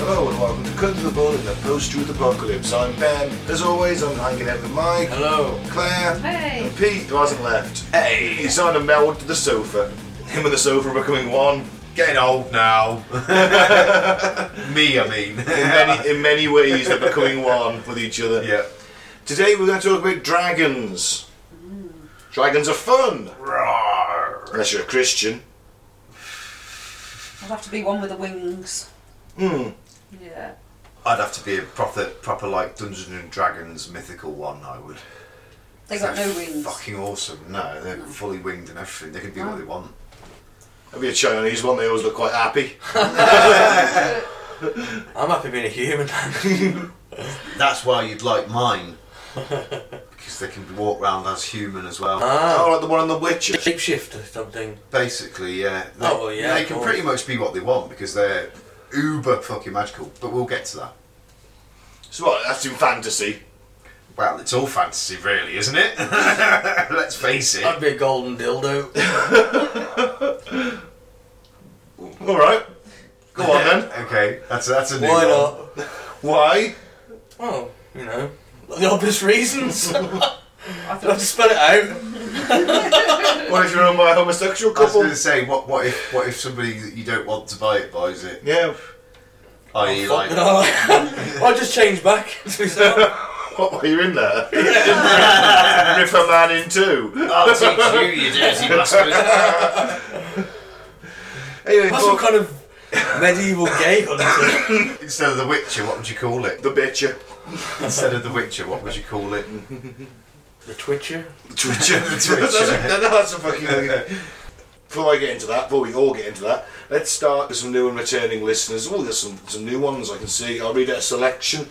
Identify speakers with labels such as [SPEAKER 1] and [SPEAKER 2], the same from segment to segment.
[SPEAKER 1] Hello and welcome to Cutting the Bull in the Post-Truth Apocalypse. I'm Ben. As always, I'm hanging out with Mike,
[SPEAKER 2] Hello.
[SPEAKER 1] Claire,
[SPEAKER 3] Hey.
[SPEAKER 1] and Pete, who hasn't left. Hey! He's trying to meld to the sofa. Him and the sofa are becoming one.
[SPEAKER 2] Getting old now. Me, I mean.
[SPEAKER 1] In many, in many ways, they're becoming one with each other.
[SPEAKER 2] yeah.
[SPEAKER 1] Today we're going to talk about dragons. Dragons are fun,
[SPEAKER 2] Roar.
[SPEAKER 1] unless you're a Christian.
[SPEAKER 3] I'd have to be one with the wings.
[SPEAKER 1] Hmm.
[SPEAKER 3] Yeah.
[SPEAKER 2] I'd have to be a proper, proper like Dungeons and Dragons mythical one. I would.
[SPEAKER 3] They got
[SPEAKER 2] They're
[SPEAKER 3] no wings.
[SPEAKER 2] Fucking awesome. No, they're fully winged and everything. They can do what they want.
[SPEAKER 1] That'd be a Chinese one, they always look quite happy.
[SPEAKER 4] I'm happy being a human.
[SPEAKER 2] That's why you'd like mine. because they can walk round as human as well.
[SPEAKER 4] ah,
[SPEAKER 1] Oh, like the one on the Witcher.
[SPEAKER 4] shapeshifter or something.
[SPEAKER 2] Basically, yeah. They,
[SPEAKER 4] Oh, well, yeah,
[SPEAKER 2] They
[SPEAKER 4] of
[SPEAKER 2] can
[SPEAKER 4] course.
[SPEAKER 2] pretty much be what they want because they're uber fucking magical. But we'll get to that.
[SPEAKER 1] So what, that's in fantasy.
[SPEAKER 2] Well, it's all fantasy, really, isn't it? Let's face it.
[SPEAKER 4] I'd be a golden dildo.
[SPEAKER 1] Alright. Go on then.
[SPEAKER 2] Okay, that's that's a new
[SPEAKER 4] Why
[SPEAKER 2] one.
[SPEAKER 4] not?
[SPEAKER 1] Why?
[SPEAKER 4] Well, you know, the obvious reasons. I'll
[SPEAKER 3] I thought
[SPEAKER 4] just spell it out.
[SPEAKER 1] What if you're owned by a homosexual
[SPEAKER 2] I was
[SPEAKER 1] couple?
[SPEAKER 2] going to say, what what if what if somebody that you don't want to buy it buys it?
[SPEAKER 1] Yeah. Oh,
[SPEAKER 2] I.e.,
[SPEAKER 4] Fuck
[SPEAKER 2] like
[SPEAKER 4] it all. I'll just change back. to myself.
[SPEAKER 1] What were you in there? Rip a man in two.
[SPEAKER 2] I'll teach you, you dirty bastard.
[SPEAKER 1] Anyway,
[SPEAKER 4] That's some
[SPEAKER 1] fuck
[SPEAKER 4] kind of medieval gay hunter.
[SPEAKER 2] Instead of the Witcher, what would you call it?
[SPEAKER 1] the bitcher.
[SPEAKER 2] Instead of the Witcher, what would you call it?
[SPEAKER 4] The twitcher.
[SPEAKER 1] Twitcher.
[SPEAKER 2] The
[SPEAKER 1] That's a-
[SPEAKER 2] Twitcher.
[SPEAKER 1] that's a fucking. Before I get into that, before we all get into that, let's start with some new and returning listeners. Oh, there's some, some new ones I can see. I'll read out a selection.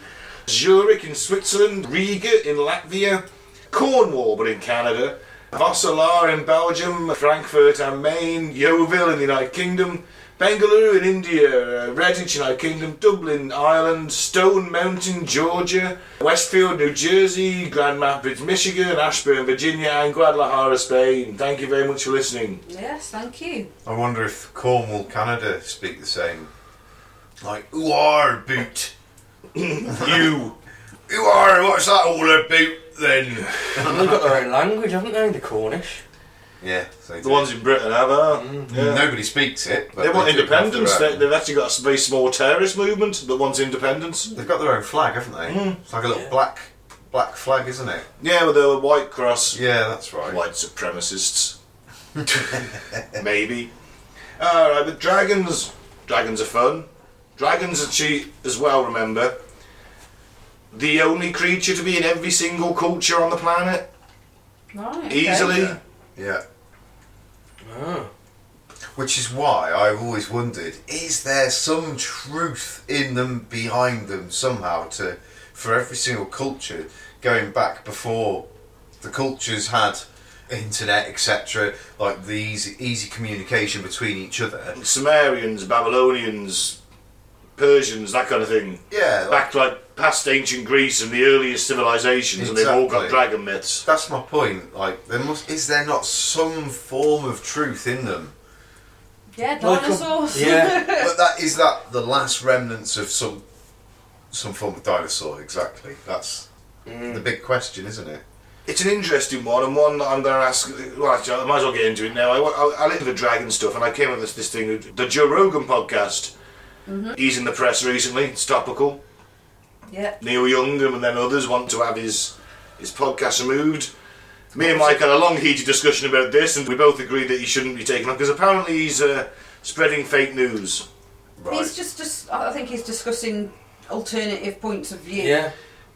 [SPEAKER 1] Zurich in Switzerland, Riga in Latvia, Cornwall but in Canada, Vassalar in Belgium, Frankfurt and Maine, Yeovil in the United Kingdom, Bengaluru in India, uh, Redditch, United Kingdom, Dublin, Ireland, Stone Mountain, Georgia, Westfield, New Jersey, Grand Rapids, Michigan, Ashburn, Virginia, and Guadalajara, Spain. Thank you very much for listening.
[SPEAKER 3] Yes, thank you.
[SPEAKER 2] I wonder if Cornwall, Canada, speak the same. Like, ooh, ar, boot.
[SPEAKER 1] You.
[SPEAKER 2] Ooh, ar, what's that all about then?
[SPEAKER 4] They've got their own language, haven't they? The Cornish.
[SPEAKER 2] Yeah, so
[SPEAKER 1] The ones in Britain have, are yeah.
[SPEAKER 2] nobody speaks it. But
[SPEAKER 1] They want
[SPEAKER 2] do have their
[SPEAKER 1] independence.
[SPEAKER 2] own-
[SPEAKER 1] They, they've actually got a very small terrorist movement that wants independence.
[SPEAKER 2] They've got their own flag, haven't they?
[SPEAKER 1] Mm.
[SPEAKER 2] It's like a little
[SPEAKER 4] Yeah.
[SPEAKER 2] black black flag, isn't it?
[SPEAKER 1] Yeah, with a white cross.
[SPEAKER 2] Yeah, that's right.
[SPEAKER 1] White supremacists. Maybe. Alright, but dragons. Dragons are fun. Dragons are cheap as well, remember. The only creature to be in every single culture on the planet.
[SPEAKER 3] Right. okay.
[SPEAKER 1] Easily.
[SPEAKER 2] Yeah. Yeah.
[SPEAKER 1] Ah.
[SPEAKER 4] Oh.
[SPEAKER 2] Which is why I've always wondered: is there some truth in them behind them somehow? To for every single culture going back before the cultures had internet, etc. Like the easy, easy communication between each other.
[SPEAKER 1] Sumerians, Babylonians, Persians, that kind of thing.
[SPEAKER 2] Yeah, like,
[SPEAKER 1] Back to like past ancient Greece and the earliest civilizations, and they've all got
[SPEAKER 2] Exactly.
[SPEAKER 1] dragon myths.
[SPEAKER 2] that's my point. Like, there must is there not some form of truth in them?
[SPEAKER 3] Yeah,
[SPEAKER 4] Like a-
[SPEAKER 3] dinosaurs.
[SPEAKER 4] yeah.
[SPEAKER 2] but that is that the last remnants of some some form of dinosaur exactly that's the big question isn't it
[SPEAKER 1] It's an interesting one, and one that I'm going to ask. Well, actually, I might as well get into it now. I, I, I listen to dragon stuff, and I came up with this, this thing the Joe Rogan podcast. He's in the press recently, it's topical.
[SPEAKER 3] yeah.
[SPEAKER 1] Neil Young and then others want to have his, his podcast removed. Me and Mike had a long, heated discussion about this, and we both agreed that he shouldn't be taken off because apparently he's uh, spreading fake news.
[SPEAKER 3] He's just, just. I think he's discussing alternative points of view.
[SPEAKER 4] Yeah.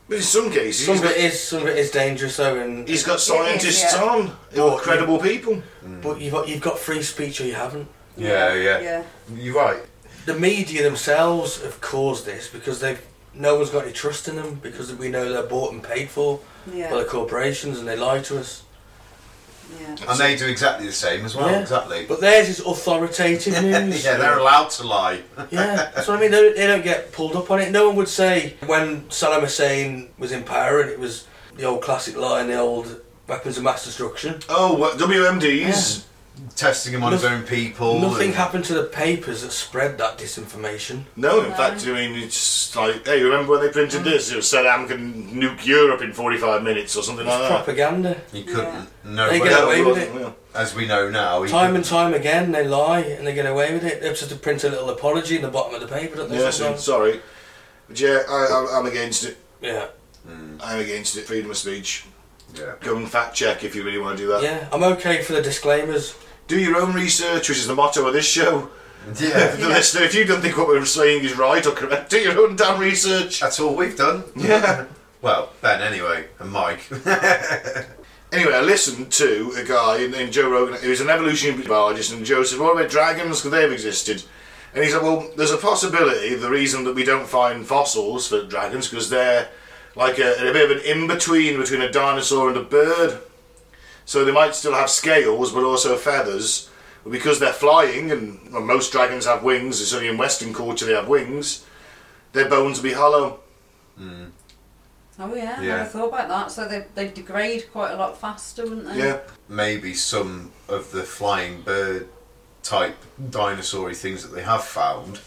[SPEAKER 1] But in some cases,
[SPEAKER 4] Some
[SPEAKER 1] he's
[SPEAKER 4] of it
[SPEAKER 1] got,
[SPEAKER 4] is some of it is dangerous though, and
[SPEAKER 1] he's got scientists
[SPEAKER 3] Yeah, yeah.
[SPEAKER 1] on, who
[SPEAKER 4] Well,
[SPEAKER 1] are credible people.
[SPEAKER 4] but you've got you've got free speech or you haven't.
[SPEAKER 2] yeah yeah,
[SPEAKER 3] Yeah.
[SPEAKER 2] you're right
[SPEAKER 4] the media themselves have caused this because they've no one's got any trust in them because we know they're bought and paid for
[SPEAKER 3] Yeah.
[SPEAKER 4] by the corporations and they lie to us.
[SPEAKER 3] yeah.
[SPEAKER 2] and they do exactly the same as well
[SPEAKER 4] Yeah.
[SPEAKER 2] exactly
[SPEAKER 4] But theirs is authoritative news.
[SPEAKER 2] yeah they're allowed to lie
[SPEAKER 4] Yeah, that's what I mean. They, don't- they don't get pulled up on it. No one would say when Saddam Hussein was in power and it was the old classic lie and the old weapons of mass destruction.
[SPEAKER 1] Oh, what, WMDs.
[SPEAKER 2] testing him on his
[SPEAKER 4] Noth-
[SPEAKER 2] own people.
[SPEAKER 4] Nothing
[SPEAKER 2] and-
[SPEAKER 4] happened to the papers that spread that disinformation.
[SPEAKER 1] No, in
[SPEAKER 3] No.
[SPEAKER 1] fact, I mean, it's like, hey, remember when they printed this? It was Saddam can nuke Europe in 45 minutes or something
[SPEAKER 4] It's
[SPEAKER 1] like that.
[SPEAKER 4] propaganda.
[SPEAKER 2] He couldn't. No
[SPEAKER 4] They
[SPEAKER 2] way.
[SPEAKER 4] get
[SPEAKER 1] Yeah,
[SPEAKER 4] away
[SPEAKER 1] it
[SPEAKER 4] with
[SPEAKER 1] wasn't,
[SPEAKER 4] it.
[SPEAKER 1] yeah.
[SPEAKER 2] As we know now, he
[SPEAKER 4] Time and
[SPEAKER 2] couldn't.
[SPEAKER 4] time again, they lie and they get away with it. They have to print a little apology in the bottom of the paper, don't they?
[SPEAKER 1] Yeah, so,
[SPEAKER 4] sometimes?
[SPEAKER 1] sorry. But yeah, I, I, I'm against it.
[SPEAKER 4] yeah.
[SPEAKER 1] I'm against it. Freedom of speech.
[SPEAKER 2] Yeah.
[SPEAKER 1] Go and fact check if you really want to do that.
[SPEAKER 4] Yeah, I'm okay for the disclaimers.
[SPEAKER 1] Do your own research, which is the motto of this show.
[SPEAKER 2] Yeah.
[SPEAKER 1] The listener, if you don't think what we're saying is right or correct, do your own damn research.
[SPEAKER 2] That's all we've done.
[SPEAKER 1] Yeah.
[SPEAKER 2] Well, Ben anyway, and Mike.
[SPEAKER 1] Anyway, I listened to a guy in, in Joe Rogan who's an evolutionary biologist, and Joe said, "What about dragons? Because they've existed." And he said, "Well, there's a possibility. The reason that we don't find fossils for dragons because they're like a, a bit of an in between between a dinosaur and a bird. So they might still have scales, but also feathers." But Because they're flying, and well, most dragons have wings, it's only in Western culture they have wings, their bones will be hollow.
[SPEAKER 3] Oh yeah, I
[SPEAKER 2] Yeah.
[SPEAKER 3] never thought about that. So they they degrade quite a lot faster, wouldn't they?
[SPEAKER 1] Yeah.
[SPEAKER 2] Maybe some of the flying bird type dinosaur things that they have found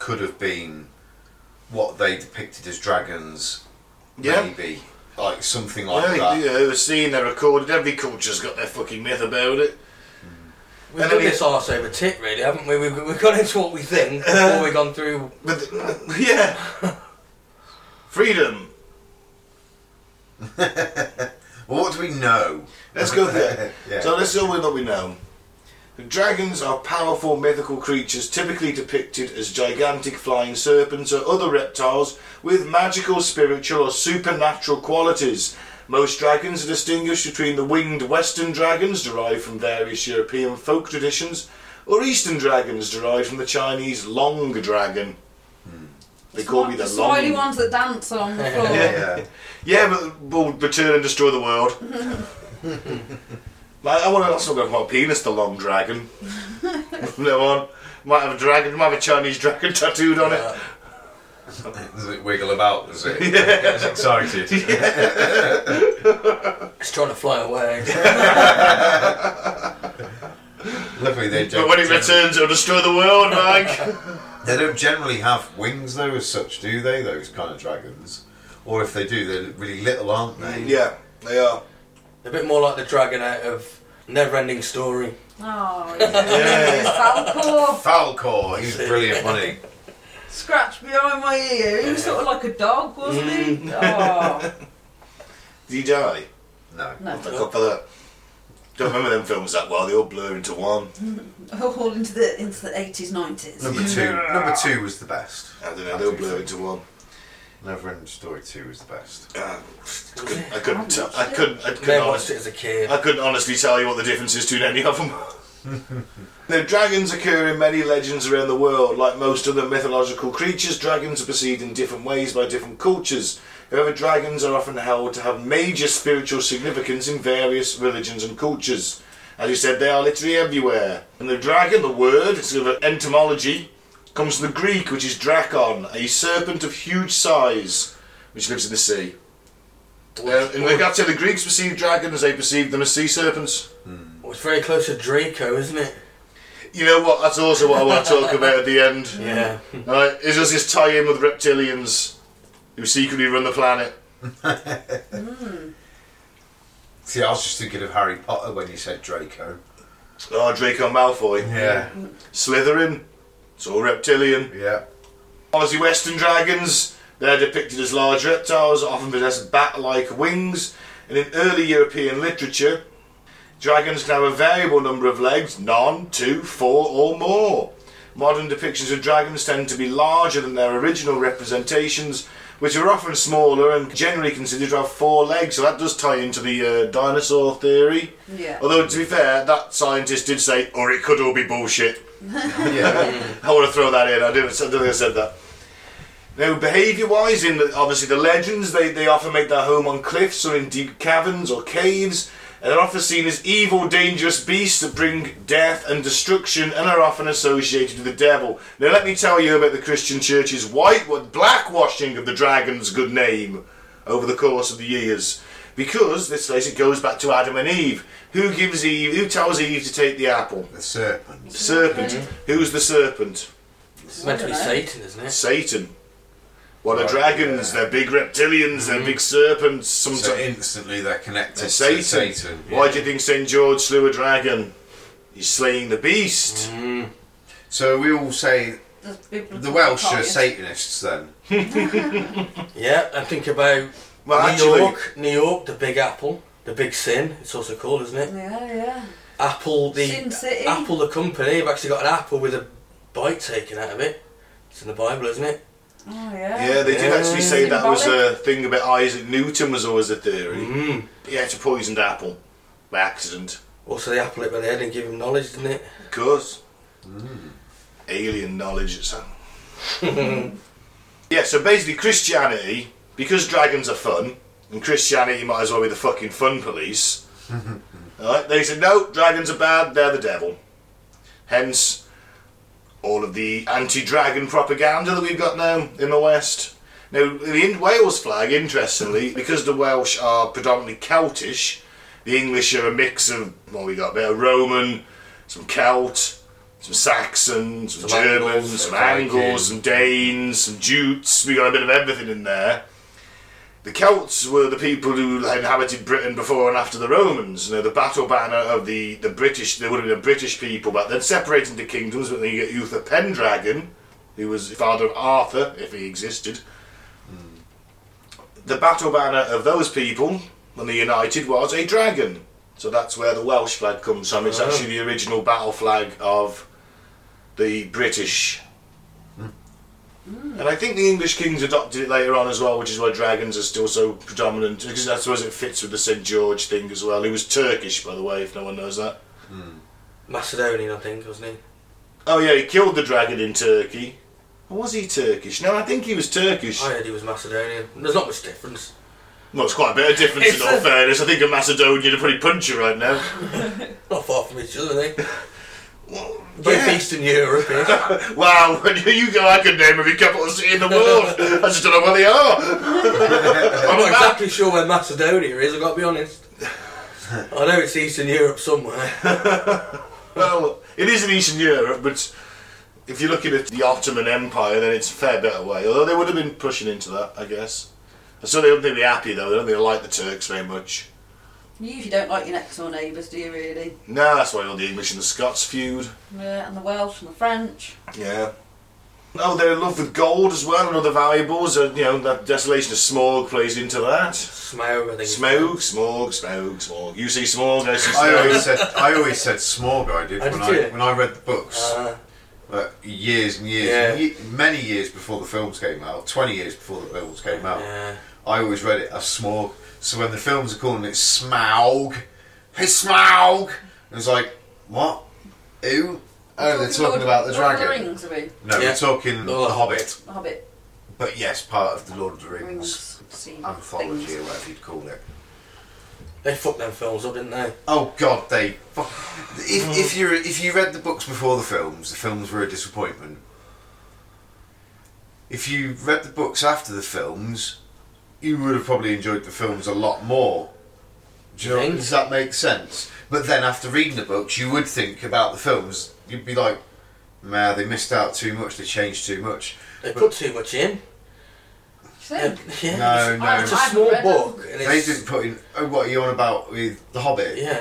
[SPEAKER 2] could have been what they depicted as dragons.
[SPEAKER 1] Yeah.
[SPEAKER 2] Maybe. Like something
[SPEAKER 1] Yeah,
[SPEAKER 2] like that.
[SPEAKER 1] yeah, they're seen, they're recorded, every culture's got their fucking myth about it.
[SPEAKER 4] We've
[SPEAKER 1] And
[SPEAKER 4] done
[SPEAKER 1] then he-
[SPEAKER 4] this arse over tit, really, haven't we? We've, we've gone into what we think before we've gone through.
[SPEAKER 1] Uh-huh. But th- yeah, freedom.
[SPEAKER 2] Well, what do we know?
[SPEAKER 1] Let's go there.
[SPEAKER 2] Yeah.
[SPEAKER 1] So let's go with what we know. Dragons are powerful mythical creatures, typically depicted as gigantic flying serpents or other reptiles with magical, spiritual, or supernatural qualities. Most dragons are distinguished between the winged Western dragons, derived from various European folk traditions, or Eastern dragons, derived from the Chinese long dragon. They call me the
[SPEAKER 3] the
[SPEAKER 1] long.
[SPEAKER 3] Swiley ones that dance along the floor.
[SPEAKER 4] Yeah.
[SPEAKER 2] Yeah.
[SPEAKER 1] Yeah, but we'll return and destroy the world. like, I want to also go my penis, the long dragon. no one might have a dragon, might have a Chinese dragon tattooed on it.
[SPEAKER 2] Does it wiggle about? Does it? Gets excited.
[SPEAKER 4] It's trying to fly away.
[SPEAKER 2] Luckily, they don't.
[SPEAKER 1] But when it
[SPEAKER 2] generally-
[SPEAKER 1] returns, it'll destroy the world, Mike.
[SPEAKER 2] They don't generally have wings though, as such, do they? Those kind of dragons, or if they do, they're really little, aren't they?
[SPEAKER 1] yeah, they are.
[SPEAKER 4] a bit more like the dragon out of Never Ending Story.
[SPEAKER 3] Oh, yeah. Falcor.
[SPEAKER 2] Falcor, he's brilliant, wasn't
[SPEAKER 3] Scratch behind my ear. He was sort of like a dog, wasn't he? Oh,
[SPEAKER 1] Did he die?
[SPEAKER 2] he? No.
[SPEAKER 3] no.
[SPEAKER 1] Thank God for that. Don't remember them films that well, they all blur into one.
[SPEAKER 3] All Oh, into the into the eighties, nineties.
[SPEAKER 2] Number two. Number two was the best.
[SPEAKER 1] I don't know, they all blur into one.
[SPEAKER 2] Neverending Story two was the best.
[SPEAKER 1] Uh, I couldn't, I couldn't tell. I couldn't, I couldn't
[SPEAKER 4] Never watched
[SPEAKER 1] honestly.
[SPEAKER 4] it as a kid.
[SPEAKER 1] I couldn't honestly tell you what the difference is between any of them. now, dragons occur in many legends around the world. Like most other mythological creatures, dragons are perceived in different ways by different cultures. However, dragons are often held to have major spiritual significance in various religions and cultures. As you said, they are literally everywhere. And the dragon, the word, it's sort of an entomology, comes from the Greek, which is drakon, a serpent of huge size, which lives in the sea. Well, in regard to the Greeks perceived dragons, they perceived them as sea serpents.
[SPEAKER 4] Well, it's very close to Draco, isn't it?
[SPEAKER 1] You know what? That's also what I want to talk about at the end.
[SPEAKER 4] Yeah.
[SPEAKER 1] Alright, is this this tie in with reptilians who secretly run the planet?
[SPEAKER 2] See, I was just thinking of Harry Potter when you said Draco.
[SPEAKER 1] Oh, Draco Malfoy.
[SPEAKER 2] Yeah.
[SPEAKER 1] Slytherin. It's all reptilian.
[SPEAKER 2] Yeah.
[SPEAKER 1] Obviously, Western dragons. They're depicted as large reptiles, often possess bat like wings. And in early European literature, dragons can have a variable number of legs none, two, four, or more. Modern depictions of dragons tend to be larger than their original representations, which are often smaller and generally considered to have four legs. So that does tie into the uh, dinosaur theory.
[SPEAKER 3] Yeah.
[SPEAKER 1] Although, to be fair, that scientist did say, or it could all be bullshit.
[SPEAKER 2] Yeah.
[SPEAKER 1] I want to throw that in. I didn't, I don't think I said that. Now, behaviour-wise, in the, obviously the legends, they, they often make their home on cliffs or in deep caverns or caves, and they're often seen as evil, dangerous beasts that bring death and destruction, and are often associated with the devil. Now, let me tell you about the Christian Church's white blackwashing of the dragon's good name over the course of the years. Because, let's face it, goes back to Adam and Eve. Who gives Eve, who tells Eve to take the apple?
[SPEAKER 2] The serpent.
[SPEAKER 1] Serpent. Who's the serpent?
[SPEAKER 4] It's meant to be Satan, isn't it?
[SPEAKER 1] Satan. Well, they're
[SPEAKER 2] Right,
[SPEAKER 1] dragons,
[SPEAKER 2] yeah.
[SPEAKER 1] they're
[SPEAKER 2] Mm-hmm.
[SPEAKER 1] big reptilians, they're big serpents, sometimes.
[SPEAKER 2] So instantly they're connected
[SPEAKER 1] to
[SPEAKER 2] to
[SPEAKER 1] Satan.
[SPEAKER 2] Satan.
[SPEAKER 1] Why do you think St. George slew a dragon? He's slaying the beast.
[SPEAKER 2] Mm. So we all say the Welsh are Satanists then.
[SPEAKER 4] Yeah, and think about
[SPEAKER 1] Well,
[SPEAKER 4] New
[SPEAKER 1] actually-
[SPEAKER 4] York, New York, the Big Apple, the Big Sin. It's also called, isn't it?
[SPEAKER 3] Yeah, yeah.
[SPEAKER 4] Apple, the
[SPEAKER 3] Mm. Sin City.
[SPEAKER 4] Apple, the company. Have actually got an apple with a bite taken out of it. It's in the Bible, isn't it?
[SPEAKER 3] Oh, yeah.
[SPEAKER 1] Yeah, they did actually say
[SPEAKER 3] Yeah.
[SPEAKER 1] that was a thing about Isaac Newton was always a theory.
[SPEAKER 4] Mm.
[SPEAKER 1] He ate a poisoned apple by accident.
[SPEAKER 4] Also, the apple it by the head and give him knowledge, didn't it?
[SPEAKER 1] Of course. Alien knowledge, it's Yeah, so basically Christianity, because dragons are fun, and Christianity might as well be the fucking fun police. Alright, they said no, dragons are bad, they're the devil. Hence all of the anti dragon propaganda that we've got now in the West. Now the in- Wales flag, interestingly, because the Welsh are predominantly Celtish, the English are a mix of well, we got a bit of Roman, some Celt, some Saxon, some,
[SPEAKER 4] Some
[SPEAKER 1] German,
[SPEAKER 4] Angles,
[SPEAKER 1] some
[SPEAKER 4] some
[SPEAKER 1] Angles,
[SPEAKER 4] Vikings.
[SPEAKER 1] some Danes, some Jutes. We got a bit of everything in there. The Celts were the people who inhabited Britain before and after the Romans. You know, the battle banner of the, the British, there would have been a British people, but then separated into kingdoms. But then you get Uther Pendragon, who was the father of Arthur, if he existed. The battle banner of those people, when they united, was a dragon. So that's where the Welsh flag comes from. It's
[SPEAKER 3] Ah.
[SPEAKER 4] Oh.
[SPEAKER 1] actually the original battle flag of the British.
[SPEAKER 3] Hmm.
[SPEAKER 1] And I think the English kings adopted it later on as well, which is why dragons are still so predominant. Because I suppose it fits with the St George thing as well. He was Turkish, by the way, if no one knows that.
[SPEAKER 4] Macedonian, I think, wasn't
[SPEAKER 1] Oh yeah, he killed the dragon in Turkey. Or was he Turkish? No, I think he was Turkish.
[SPEAKER 4] he? I heard he was Macedonian. There's not much difference.
[SPEAKER 1] Well, it's quite a bit of difference in
[SPEAKER 3] It's
[SPEAKER 1] all
[SPEAKER 3] a-
[SPEAKER 1] fairness. I think a Macedonian would probably punch you right now.
[SPEAKER 4] Not far from each other, are they?
[SPEAKER 1] Well,
[SPEAKER 4] Both
[SPEAKER 1] yeah.
[SPEAKER 4] Eastern Europe. eh?
[SPEAKER 1] Wow, you go, I could name every capital city in the world. I just don't know where they are.
[SPEAKER 4] I'm not exactly sure where Macedonia is. I've got to be honest. I know it's Eastern Europe somewhere.
[SPEAKER 1] Well, it is in Eastern Europe, but if you're looking at the Ottoman Empire, then it's a fair bit away. Although they would have been pushing into that, I guess. I still don't think they'd be happy, though. I don't think they like the Turks very much.
[SPEAKER 3] You usually don't like your next door neighbours, do you really?
[SPEAKER 1] Nah, that's why all the English and the Scots feud.
[SPEAKER 3] Yeah, and the Welsh and the French.
[SPEAKER 1] Yeah. Oh, they're in love with gold as well and other valuables. And, you know, that desolation of smog plays into that.
[SPEAKER 4] Smaug, I think. it's
[SPEAKER 1] Smog, smog, smog, smog. You see smog, I see
[SPEAKER 2] I always
[SPEAKER 1] smog.
[SPEAKER 2] said I always said smog I did
[SPEAKER 4] Oh,
[SPEAKER 2] when
[SPEAKER 4] did
[SPEAKER 2] I
[SPEAKER 4] you?
[SPEAKER 2] when I read the books.
[SPEAKER 4] called. Uh,
[SPEAKER 2] Uh, years and years,
[SPEAKER 4] Yeah.
[SPEAKER 2] ye- many years before the films came out, 20 years before the films came out,
[SPEAKER 4] yeah.
[SPEAKER 2] I always read it as smog. So when the films are calling it smaug, hey smaug, and it's like, what? Who? Oh, they're talking
[SPEAKER 3] Lord-
[SPEAKER 2] about the
[SPEAKER 3] Lord of
[SPEAKER 2] dragon.
[SPEAKER 3] Rings, are we?
[SPEAKER 2] No,
[SPEAKER 4] Yeah.
[SPEAKER 2] we're talking
[SPEAKER 4] Lord of
[SPEAKER 2] The
[SPEAKER 4] the
[SPEAKER 2] Hobbit.
[SPEAKER 3] The Hobbit
[SPEAKER 2] But yes, part of the Lord of the Rings,
[SPEAKER 3] Rings scene.
[SPEAKER 2] anthology
[SPEAKER 3] things.
[SPEAKER 2] or whatever you'd call it.
[SPEAKER 4] They fucked them films up, didn't they?
[SPEAKER 2] Oh God, they. fu-
[SPEAKER 4] Hmm.
[SPEAKER 2] If, if you if you read the books before the films, the films were a disappointment. If you read the books after the films, you would have probably enjoyed the films a lot more. Do you know,
[SPEAKER 4] Think?
[SPEAKER 2] does that make sense? But then after reading the books, you would think about the films. You'd be like, "Man, they missed out too much. They changed too much."
[SPEAKER 4] They put too much in.
[SPEAKER 3] Do you
[SPEAKER 4] Yeah,
[SPEAKER 3] think?
[SPEAKER 4] yeah,
[SPEAKER 2] No,
[SPEAKER 4] it's-
[SPEAKER 2] no.
[SPEAKER 4] It's
[SPEAKER 3] I
[SPEAKER 4] a
[SPEAKER 3] haven't
[SPEAKER 4] small
[SPEAKER 3] read
[SPEAKER 4] book. And
[SPEAKER 2] They
[SPEAKER 4] it's,
[SPEAKER 2] didn't put in. Oh, what are you on about with the Hobbit?
[SPEAKER 4] Yeah.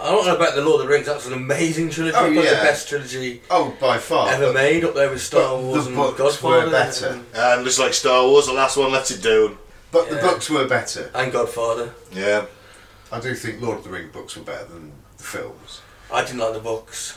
[SPEAKER 4] I don't know about the Lord of the Rings. That's an amazing trilogy.
[SPEAKER 2] Oh,
[SPEAKER 4] probably the
[SPEAKER 2] yeah.
[SPEAKER 4] best trilogy
[SPEAKER 2] Oh, by far.
[SPEAKER 4] ever
[SPEAKER 2] but-
[SPEAKER 4] made, up there with Star
[SPEAKER 2] but
[SPEAKER 4] Wars
[SPEAKER 2] the
[SPEAKER 4] and
[SPEAKER 2] books were
[SPEAKER 4] Godfather.
[SPEAKER 2] better.
[SPEAKER 4] And,
[SPEAKER 1] And just like Star Wars, the last one lets it down.
[SPEAKER 2] But the
[SPEAKER 4] Yeah.
[SPEAKER 2] books were better.
[SPEAKER 4] and Godfather.
[SPEAKER 1] Yeah.
[SPEAKER 2] I do think Lord of the Ring books were better than the films.
[SPEAKER 4] I didn't like the books.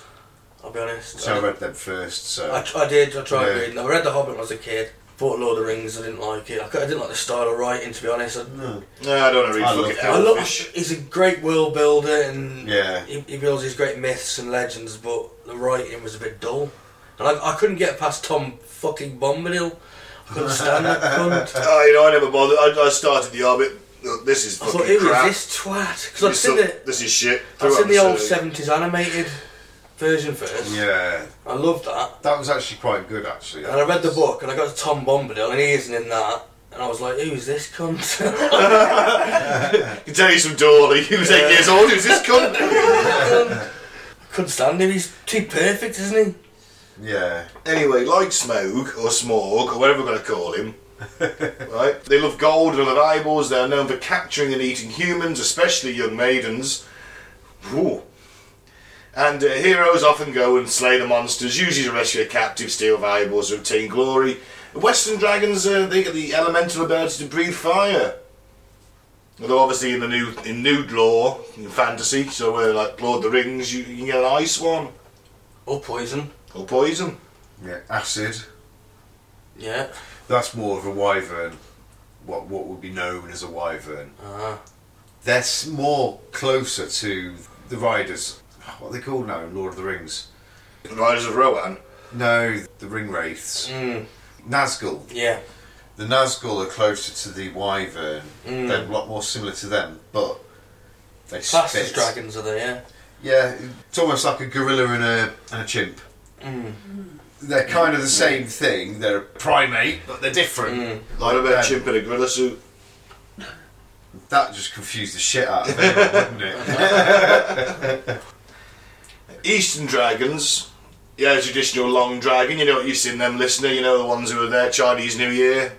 [SPEAKER 4] I'll be honest.
[SPEAKER 2] So I
[SPEAKER 4] I,
[SPEAKER 2] read them first. So
[SPEAKER 4] I, tr- I did. I tried
[SPEAKER 2] Yeah.
[SPEAKER 4] reading. them. I read The Hobbit when I was a kid. Bought Lord of the Rings. I didn't like it. I, cou- I didn't like the style of writing. To be honest, I,
[SPEAKER 2] No.
[SPEAKER 1] No, I don't know. Read
[SPEAKER 2] I
[SPEAKER 1] fucking
[SPEAKER 2] love
[SPEAKER 4] I
[SPEAKER 2] that.
[SPEAKER 4] love.
[SPEAKER 1] Elfish.
[SPEAKER 4] He's a great world builder, and
[SPEAKER 2] Yeah.
[SPEAKER 4] he, he builds these great myths and legends. But the writing was a bit dull, and I, I couldn't get past Tom fucking Bombadil. I couldn't stand that cunt.
[SPEAKER 1] Oh, you know, I never bothered. I, I started the Hobbit. Look, This is
[SPEAKER 4] I thought,
[SPEAKER 1] fucking
[SPEAKER 4] who is
[SPEAKER 1] crap.
[SPEAKER 4] this twat? Because I've
[SPEAKER 1] This
[SPEAKER 4] seen
[SPEAKER 1] is-
[SPEAKER 4] the
[SPEAKER 1] This is shit.
[SPEAKER 4] I've seen the old
[SPEAKER 1] Throughout
[SPEAKER 4] seventies animated version first.
[SPEAKER 2] yeah,
[SPEAKER 4] I loved that.
[SPEAKER 2] that was actually quite good. Actually,
[SPEAKER 4] And I read the book and I got to Tom Bombadil and he isn't in that. and I was like, who's this cunt?
[SPEAKER 1] can tell you some Dawley. He was eight years old. He was this cunt.
[SPEAKER 4] I couldn't stand him. He's too perfect, isn't he?
[SPEAKER 2] Yeah.
[SPEAKER 1] anyway, like Smoke or Smog or whatever we're going to call him. right? They love gold, they love eyeballs, they are known for capturing and eating humans, especially young maidens. Ooh. And uh, heroes often go and slay the monsters, usually to rescue a captive, steal their eyeballs, to obtain glory. Western dragons, uh, they get the elemental ability to breathe fire. Although obviously in the new in nude lore, in fantasy, so uh, like Lord of the Rings, you, you can get an ice one
[SPEAKER 4] Or poison.
[SPEAKER 1] or poison.
[SPEAKER 2] Yeah. Acid.
[SPEAKER 4] Yeah.
[SPEAKER 2] That's more of a wyvern. What what would be known as a wyvern.
[SPEAKER 4] Uh,
[SPEAKER 2] They're s- more closer to the riders. What are they called now? in Lord of the Rings.
[SPEAKER 1] Riders of Rohan.
[SPEAKER 2] No, the ring wraiths.
[SPEAKER 4] mm,
[SPEAKER 2] Nazgul.
[SPEAKER 4] yeah.
[SPEAKER 2] The Nazgul are closer to the wyvern.
[SPEAKER 4] Mm.
[SPEAKER 2] They're a lot more similar to them, but they
[SPEAKER 4] Classed
[SPEAKER 2] spit.
[SPEAKER 4] as dragons are they? Yeah.
[SPEAKER 2] Yeah, it's almost like a gorilla and a and a chimp.
[SPEAKER 4] Mm.
[SPEAKER 2] They're kind of the same thing. They're a primate, but they're different.
[SPEAKER 4] Mm.
[SPEAKER 1] Like about
[SPEAKER 2] them.
[SPEAKER 1] chimp in a gorilla suit.
[SPEAKER 2] That just confused the shit out of me, wouldn't it?
[SPEAKER 1] Eastern dragons. Yeah, traditional long dragon. You know what you've seen them listener. You know the ones who were there Chinese New Year.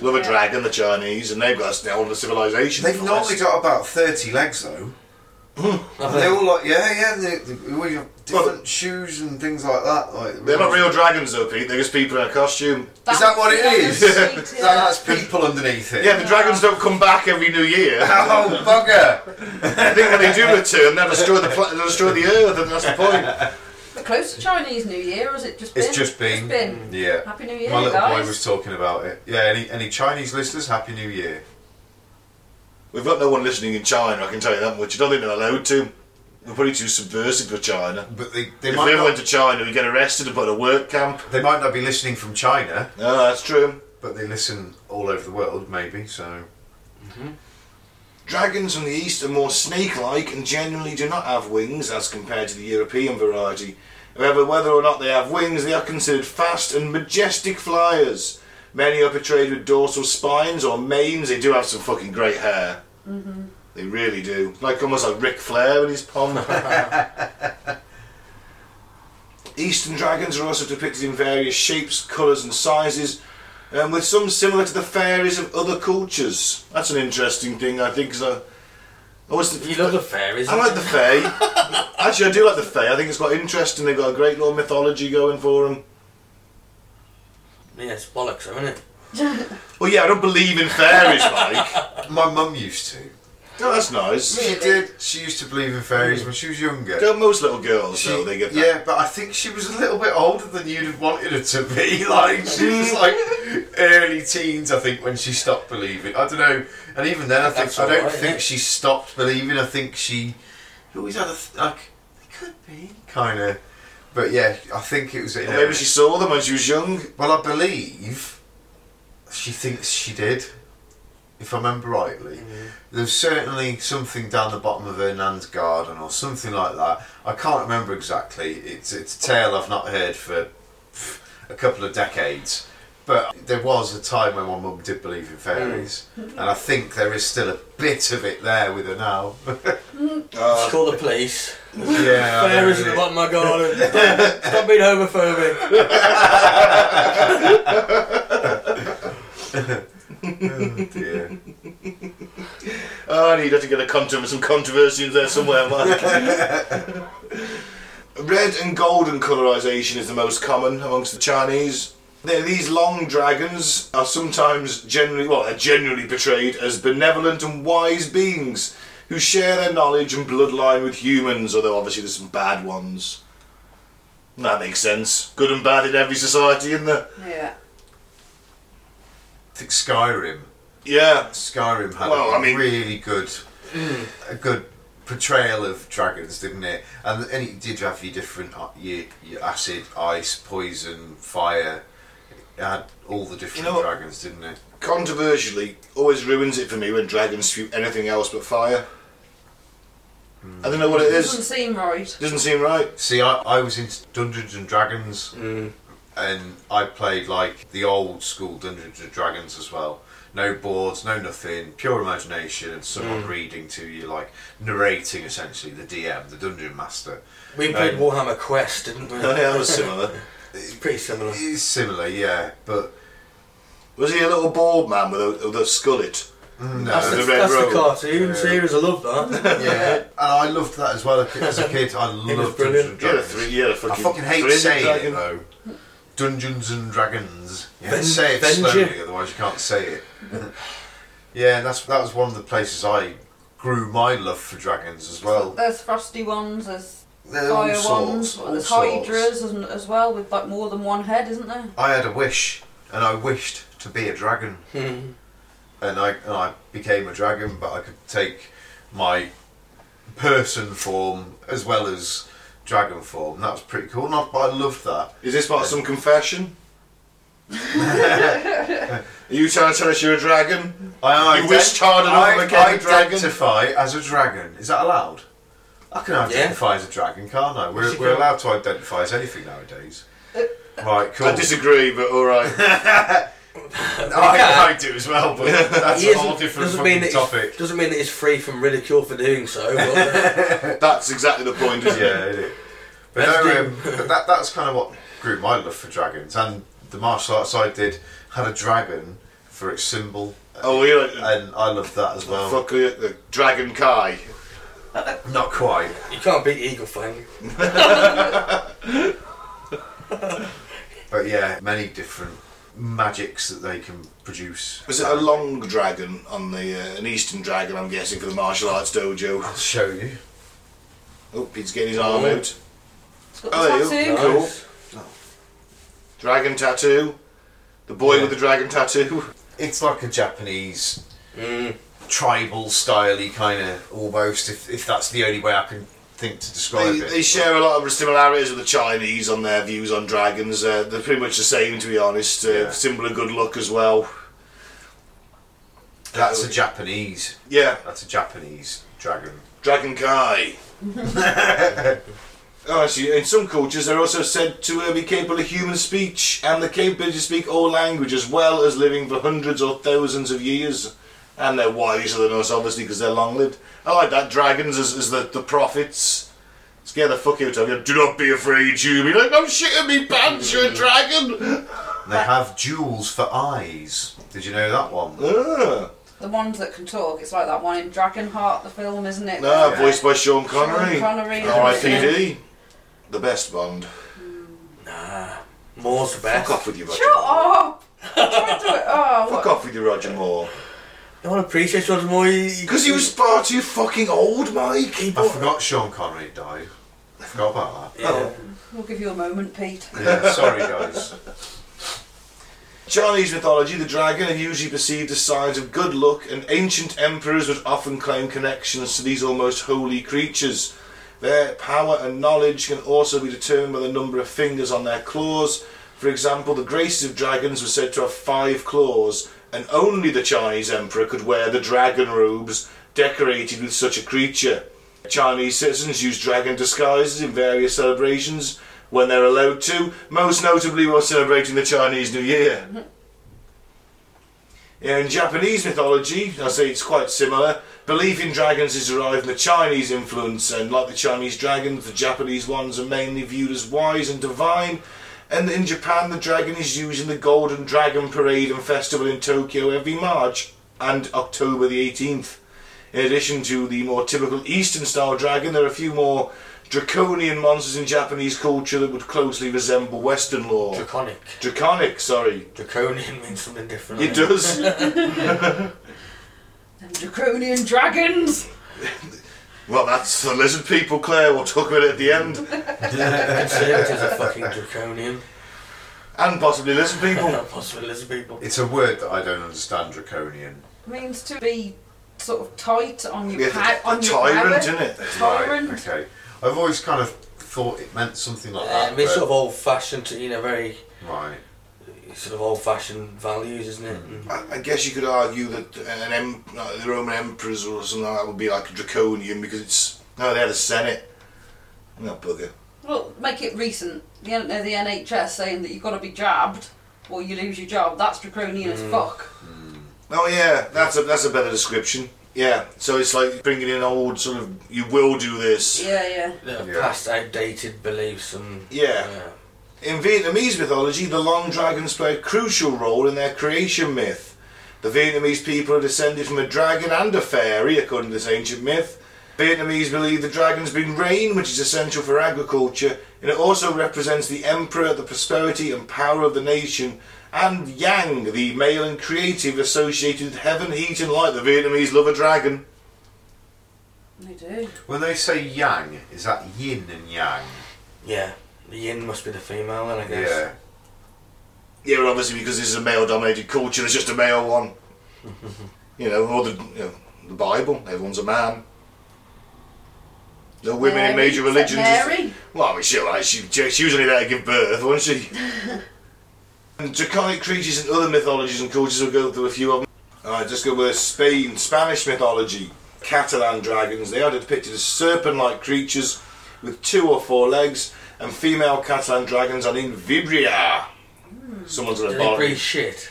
[SPEAKER 1] Love a
[SPEAKER 3] Yeah.
[SPEAKER 1] dragon, the Chinese, and they've got an older civilization.
[SPEAKER 2] They've normally got about thirty legs though.
[SPEAKER 4] Have
[SPEAKER 2] They're
[SPEAKER 4] they?
[SPEAKER 2] all like, yeah, yeah. They, they all have different
[SPEAKER 1] Well-
[SPEAKER 2] shoes and things like that. Like,
[SPEAKER 1] They're not real dragons though, Pete. They're just people in a costume.
[SPEAKER 2] Is that what it
[SPEAKER 3] yeah,
[SPEAKER 2] is?
[SPEAKER 3] that's sweet,
[SPEAKER 2] That-
[SPEAKER 3] yeah.
[SPEAKER 2] that's people underneath it.
[SPEAKER 1] Yeah, the dragons don't come back every New Year.
[SPEAKER 2] Oh bugger!
[SPEAKER 1] I think when they do return, they'll destroy the pla- they'll destroy the earth, and that's the point.
[SPEAKER 3] We're close to Chinese New Year, or is it just been?
[SPEAKER 2] It's just been.
[SPEAKER 3] been.
[SPEAKER 2] Yeah.
[SPEAKER 3] Happy New Year,
[SPEAKER 2] My little
[SPEAKER 3] guys.
[SPEAKER 2] boy was talking about it. Yeah. Any any Chinese listeners? Happy New Year.
[SPEAKER 1] We've got no one listening in China. I can tell you that much. I don't think they're allowed to. We're probably too subversive for China.
[SPEAKER 2] But they they
[SPEAKER 1] if we
[SPEAKER 2] might
[SPEAKER 1] ever
[SPEAKER 2] not,
[SPEAKER 1] went to China, we'd get arrested and put in a work camp.
[SPEAKER 2] they might not be listening from China,
[SPEAKER 1] No, that's true.
[SPEAKER 2] but they listen all over the world, maybe. So
[SPEAKER 1] Dragons from the east are more snake-like and generally do not have wings as compared to the European variety. However, whether or not they have wings, they are considered fast and majestic flyers. Many are portrayed with dorsal spines or manes. They do have some fucking great hair. They really do. Like almost like Ric Flair in his pond. Eastern dragons are also depicted in various shapes, colours, and sizes, and with some similar to the fairies of other cultures. That's an interesting thing, I think. Cause I, I always,
[SPEAKER 4] You love the fairies.
[SPEAKER 1] I like the fae. Actually, I do like the fae. I think it's quite interesting. They've got a great little mythology going for them.
[SPEAKER 4] Yeah, it's bollocks, isn't it?
[SPEAKER 1] Well, yeah, I don't believe in fairies, Mike.
[SPEAKER 2] my mum used to.
[SPEAKER 1] No, that's nice.
[SPEAKER 2] She did. She used to believe in fairies when she was younger.
[SPEAKER 1] Don't most little girls
[SPEAKER 2] She-
[SPEAKER 1] though? They get that.
[SPEAKER 2] yeah, but I think she was a little bit older than you'd have wanted her to be. Like she was like early teens, I think, when she stopped believing. I don't know, and even then, I think
[SPEAKER 4] That's
[SPEAKER 2] I don't
[SPEAKER 4] alright,
[SPEAKER 2] think
[SPEAKER 4] yeah.
[SPEAKER 2] she stopped believing. I think she always had a th- like it could be kind of, but yeah, I think it was.
[SPEAKER 1] Or maybe she saw them when she was young.
[SPEAKER 2] Well, I believe she thinks she did, if I remember rightly.
[SPEAKER 4] Mm-hmm.
[SPEAKER 2] There's certainly something down the bottom of her nan's garden or something like that. I can't remember exactly. It's it's a tale I've not heard for pff, a couple of decades. But there was a time when my mum did believe in fairies,
[SPEAKER 4] Mm.
[SPEAKER 2] and I think there is still a bit of it there with her now.
[SPEAKER 1] Uh,
[SPEAKER 4] Just call the police.
[SPEAKER 2] yeah, I
[SPEAKER 4] fairies at
[SPEAKER 2] know.
[SPEAKER 4] the bottom of my garden. Stop, stop being homophobic.
[SPEAKER 2] Oh, dear.
[SPEAKER 1] Oh, I need to get a contro- some controversy in there somewhere, Mike. Red and golden colorisation is the most common amongst the Chinese. Now, these long dragons are sometimes generally, well, are generally portrayed as benevolent and wise beings who share their knowledge and bloodline with humans, although obviously there's some bad ones. That makes sense. Good and bad in every society, isn't there?
[SPEAKER 3] Yeah.
[SPEAKER 2] I think Skyrim.
[SPEAKER 1] Yeah.
[SPEAKER 2] Skyrim had
[SPEAKER 1] Well, I
[SPEAKER 2] a
[SPEAKER 1] mean- mm.
[SPEAKER 2] really good, a good portrayal of dragons, didn't it? And and it did have your different uh, your, your acid, ice, poison, fire. It had all the different
[SPEAKER 1] You know-
[SPEAKER 2] dragons, didn't it?
[SPEAKER 1] controversially always ruins it for me when dragons spew anything else but fire. I don't know what it
[SPEAKER 3] Doesn't
[SPEAKER 1] is.
[SPEAKER 3] seem right.
[SPEAKER 1] Doesn't seem right.
[SPEAKER 2] See, I, I was into Dungeons and
[SPEAKER 1] Mm.
[SPEAKER 2] Dragons, and I played like the old school Dungeons and Dragons as well. no boards, no nothing, pure imagination, and someone
[SPEAKER 1] Mm.
[SPEAKER 2] reading to you, like narrating essentially the DM, the dungeon master.
[SPEAKER 4] We played
[SPEAKER 2] Um,
[SPEAKER 4] Warhammer Quest, didn't we?
[SPEAKER 1] Yeah, that was similar.
[SPEAKER 4] It's pretty similar.
[SPEAKER 2] It's similar, yeah, but
[SPEAKER 1] Was he a little bald man with a, with a skullet?
[SPEAKER 2] no.
[SPEAKER 4] That's,
[SPEAKER 1] The
[SPEAKER 4] the,
[SPEAKER 1] Red
[SPEAKER 4] that's the
[SPEAKER 1] Rogue.
[SPEAKER 4] cartoon
[SPEAKER 2] Yeah.
[SPEAKER 4] series. I love that.
[SPEAKER 2] yeah, and I loved that as well as a kid. I
[SPEAKER 4] was
[SPEAKER 2] loved Dungeons
[SPEAKER 4] brilliant.
[SPEAKER 2] and
[SPEAKER 1] Yeah, the
[SPEAKER 2] Dragons.
[SPEAKER 1] three, yeah, the
[SPEAKER 2] I
[SPEAKER 1] fucking.
[SPEAKER 2] fucking hate
[SPEAKER 1] three-headed
[SPEAKER 2] saying
[SPEAKER 1] dragon.
[SPEAKER 2] it though. Dungeons and Dragons. Yeah,
[SPEAKER 4] Ven-
[SPEAKER 2] say it
[SPEAKER 4] Venger.
[SPEAKER 2] slowly, otherwise you can't say it. yeah, and that's that was one of the places I grew my love for dragons as well.
[SPEAKER 3] There's frosty ones, there's
[SPEAKER 2] They're all
[SPEAKER 3] fire
[SPEAKER 2] sorts,
[SPEAKER 3] ones,
[SPEAKER 2] all
[SPEAKER 3] there's
[SPEAKER 2] sorts.
[SPEAKER 3] hydras as, as well, with like more than one head, isn't there?
[SPEAKER 2] I had a wish, and I wished to be a dragon,
[SPEAKER 4] Hmm.
[SPEAKER 2] and I and I became a dragon, but I could take my person form as well as dragon form. That was pretty cool. And I, I loved that.
[SPEAKER 1] Is this part of some confession? Are you trying to tell us you're a dragon?
[SPEAKER 2] I
[SPEAKER 1] You wished hard enough and became
[SPEAKER 2] I
[SPEAKER 1] a dragon.
[SPEAKER 2] identify as a dragon. Is that allowed? I can identify as a dragon, can't I? We're,
[SPEAKER 4] you
[SPEAKER 2] we're
[SPEAKER 4] can.
[SPEAKER 2] allowed to identify as anything nowadays. Right, cool.
[SPEAKER 1] I disagree, but alright.
[SPEAKER 2] I, I do as well, but that's
[SPEAKER 4] He
[SPEAKER 2] a
[SPEAKER 4] isn't-
[SPEAKER 2] whole different
[SPEAKER 4] doesn't mean
[SPEAKER 2] fucking
[SPEAKER 4] that he's-
[SPEAKER 2] topic.
[SPEAKER 4] Doesn't mean that he's free from ridicule for doing so. But uh,
[SPEAKER 1] That's exactly the point, isn't
[SPEAKER 2] Yeah,
[SPEAKER 1] it?
[SPEAKER 2] it is. But,
[SPEAKER 4] Let's
[SPEAKER 2] no,
[SPEAKER 4] do-
[SPEAKER 2] um, but that, that's kind of what grew my love for dragons. And the martial arts I did had a dragon for its symbol,
[SPEAKER 1] Oh, we like the
[SPEAKER 2] and I loved that as well.
[SPEAKER 1] fuck the, the dragon Kai.
[SPEAKER 2] Not quite.
[SPEAKER 4] you can't beat Eagle Fang.
[SPEAKER 2] But yeah, many different magics that they can produce.
[SPEAKER 1] Was it a long dragon on the uh, an eastern dragon? I'm guessing for the martial arts dojo.
[SPEAKER 2] I'll show you.
[SPEAKER 1] Oh, Pete's getting his arm
[SPEAKER 4] Oh.
[SPEAKER 1] out.
[SPEAKER 3] It's got
[SPEAKER 1] Oh,
[SPEAKER 3] the
[SPEAKER 1] there you
[SPEAKER 3] tattoo.
[SPEAKER 1] go.
[SPEAKER 4] Nice.
[SPEAKER 1] Dragon tattoo. The boy
[SPEAKER 2] Yeah.
[SPEAKER 1] with the dragon tattoo.
[SPEAKER 2] It's like a Japanese
[SPEAKER 4] Mm.
[SPEAKER 2] tribal styley kind of almost. If, if that's the only way I can think to describe
[SPEAKER 1] They,
[SPEAKER 2] it.
[SPEAKER 1] they share a lot of similarities with the Chinese on their views on dragons. Uh, they're pretty much the same, to be honest. Uh,
[SPEAKER 2] Yeah.
[SPEAKER 1] Symbol of good luck as well.
[SPEAKER 2] that's a Japanese.
[SPEAKER 1] Yeah,
[SPEAKER 2] That's a Japanese dragon.
[SPEAKER 1] Dragon Kai. oh, actually, in some cultures, they're also said to uh, be capable of human speech and the capability to speak all language as well as living for hundreds or thousands of years. And they're wiser than us, obviously, because they're long lived. I like that. Dragons as, as the, the prophets. Scare the fuck out of you. Do not be afraid, you. Be like, no shit at me, pants, you're a dragon.
[SPEAKER 2] And they have jewels for eyes. Did you know that one?
[SPEAKER 1] Ah,
[SPEAKER 3] The ones that can talk, it's like that one in Dragonheart, the film, isn't it?
[SPEAKER 1] ah,
[SPEAKER 2] Yeah.
[SPEAKER 1] voiced by Sean Connery.
[SPEAKER 3] Sean Connery.
[SPEAKER 1] R.I.P.D. The best Bond.
[SPEAKER 4] More's the
[SPEAKER 1] Fuck
[SPEAKER 4] best.
[SPEAKER 1] off with you, Roger.
[SPEAKER 3] Shut up! Try to do it. Oh,
[SPEAKER 1] Fuck
[SPEAKER 3] what?
[SPEAKER 1] off with you, Roger Moore.
[SPEAKER 4] No one appreciates Roger Moore.
[SPEAKER 1] Because he was far too fucking old, Mike.
[SPEAKER 4] He
[SPEAKER 2] I
[SPEAKER 4] bought-
[SPEAKER 2] forgot Sean Connery died. I forgot about that.
[SPEAKER 4] Yeah.
[SPEAKER 3] We'll give you a moment, Pete.
[SPEAKER 2] Yeah, sorry guys.
[SPEAKER 1] Chinese mythology, the dragon are usually perceived as signs of good luck, and ancient emperors would often claim connections to these almost holy creatures. Their power and knowledge can also be determined by the number of fingers on their claws. For example, the graces of dragons were said to have five claws, and only the Chinese emperor could wear the dragon robes decorated with such a creature. Chinese citizens use dragon disguises in various celebrations when they're allowed to, most notably while celebrating the Chinese New Year. Yeah, in Japanese mythology, I say it's quite similar. Belief in dragons is derived from the Chinese influence, and like the Chinese dragons, the Japanese ones are mainly viewed as wise and divine. And in Japan, the dragon is used in the Golden Dragon Parade and Festival in Tokyo every March and October the 18th. In addition to the more typical Eastern style dragon, there are a few more draconian monsters in Japanese culture that would closely resemble Western lore.
[SPEAKER 4] Draconic.
[SPEAKER 1] Draconic, sorry.
[SPEAKER 4] Draconian means something different.
[SPEAKER 1] It does.
[SPEAKER 3] Them draconian dragons!
[SPEAKER 1] Well, that's the lizard people, Claire. We'll talk about it at the end.
[SPEAKER 4] Conservatives are fucking draconian.
[SPEAKER 1] And possibly lizard people.
[SPEAKER 4] Not possible, lizard people.
[SPEAKER 2] It's a word that I don't understand, draconian.
[SPEAKER 3] means to be sort of tight on your
[SPEAKER 1] Yeah,
[SPEAKER 3] pa-
[SPEAKER 1] the-
[SPEAKER 3] on
[SPEAKER 1] the
[SPEAKER 3] your
[SPEAKER 1] tyrant,
[SPEAKER 3] power.
[SPEAKER 1] isn't it?
[SPEAKER 3] Tyrant.
[SPEAKER 2] Right, okay. I've always kind of thought it meant something like that.
[SPEAKER 4] Um, it's
[SPEAKER 2] but-
[SPEAKER 4] sort of old-fashioned, you know, very
[SPEAKER 2] Right.
[SPEAKER 4] sort of old-fashioned values, isn't it?
[SPEAKER 2] Mm.
[SPEAKER 4] And
[SPEAKER 1] I, I guess you could argue that an em- uh, the Roman emperors or something like that would be like a draconian because it's. No, they had a senate. No, bugger.
[SPEAKER 3] Well, make it recent. The, N- uh, the
[SPEAKER 1] Mm.
[SPEAKER 3] NHS saying that you've got to be jabbed or you lose your job. That's draconian as fuck.
[SPEAKER 1] Oh yeah, that's a that's a better description. Yeah, so it's like bringing in old sort of you will do this.
[SPEAKER 3] Yeah, yeah.
[SPEAKER 4] The
[SPEAKER 2] Yeah.
[SPEAKER 4] past outdated beliefs and uh,
[SPEAKER 1] Yeah. In Vietnamese mythology, the long dragons play a crucial role in their creation myth. The Vietnamese people are descended from a dragon and a fairy, according to this ancient myth. Vietnamese believe the dragon's been rain, which is essential for agriculture, and it also represents the emperor, the prosperity and power of the nation, and Yang, the male and creative associated with heaven, heat, and light. The Vietnamese love a dragon.
[SPEAKER 3] They do.
[SPEAKER 2] When they say yang, is that yin and yang?
[SPEAKER 4] yeah. The yin must be the female then I guess.
[SPEAKER 2] Yeah.
[SPEAKER 1] Yeah, well, obviously because this is a male-dominated culture, there's just a male one. you know, or the you know, the Bible. Everyone's a man. No women in
[SPEAKER 3] Mary,
[SPEAKER 1] major
[SPEAKER 3] is that
[SPEAKER 1] religions.
[SPEAKER 3] Mary?
[SPEAKER 1] Well, I mean, she, like, she, she was only there to give birth, wasn't she? and draconic creatures in other mythologies and cultures, we'll go through a few of them. Alright, just go with Spain, Spanish mythology, Catalan dragons. They are depicted as serpent like creatures with two or four legs, and female Catalan dragons are in Vibria. Someone's
[SPEAKER 4] Do
[SPEAKER 1] going to
[SPEAKER 4] they
[SPEAKER 1] borrow.
[SPEAKER 4] breathe shit?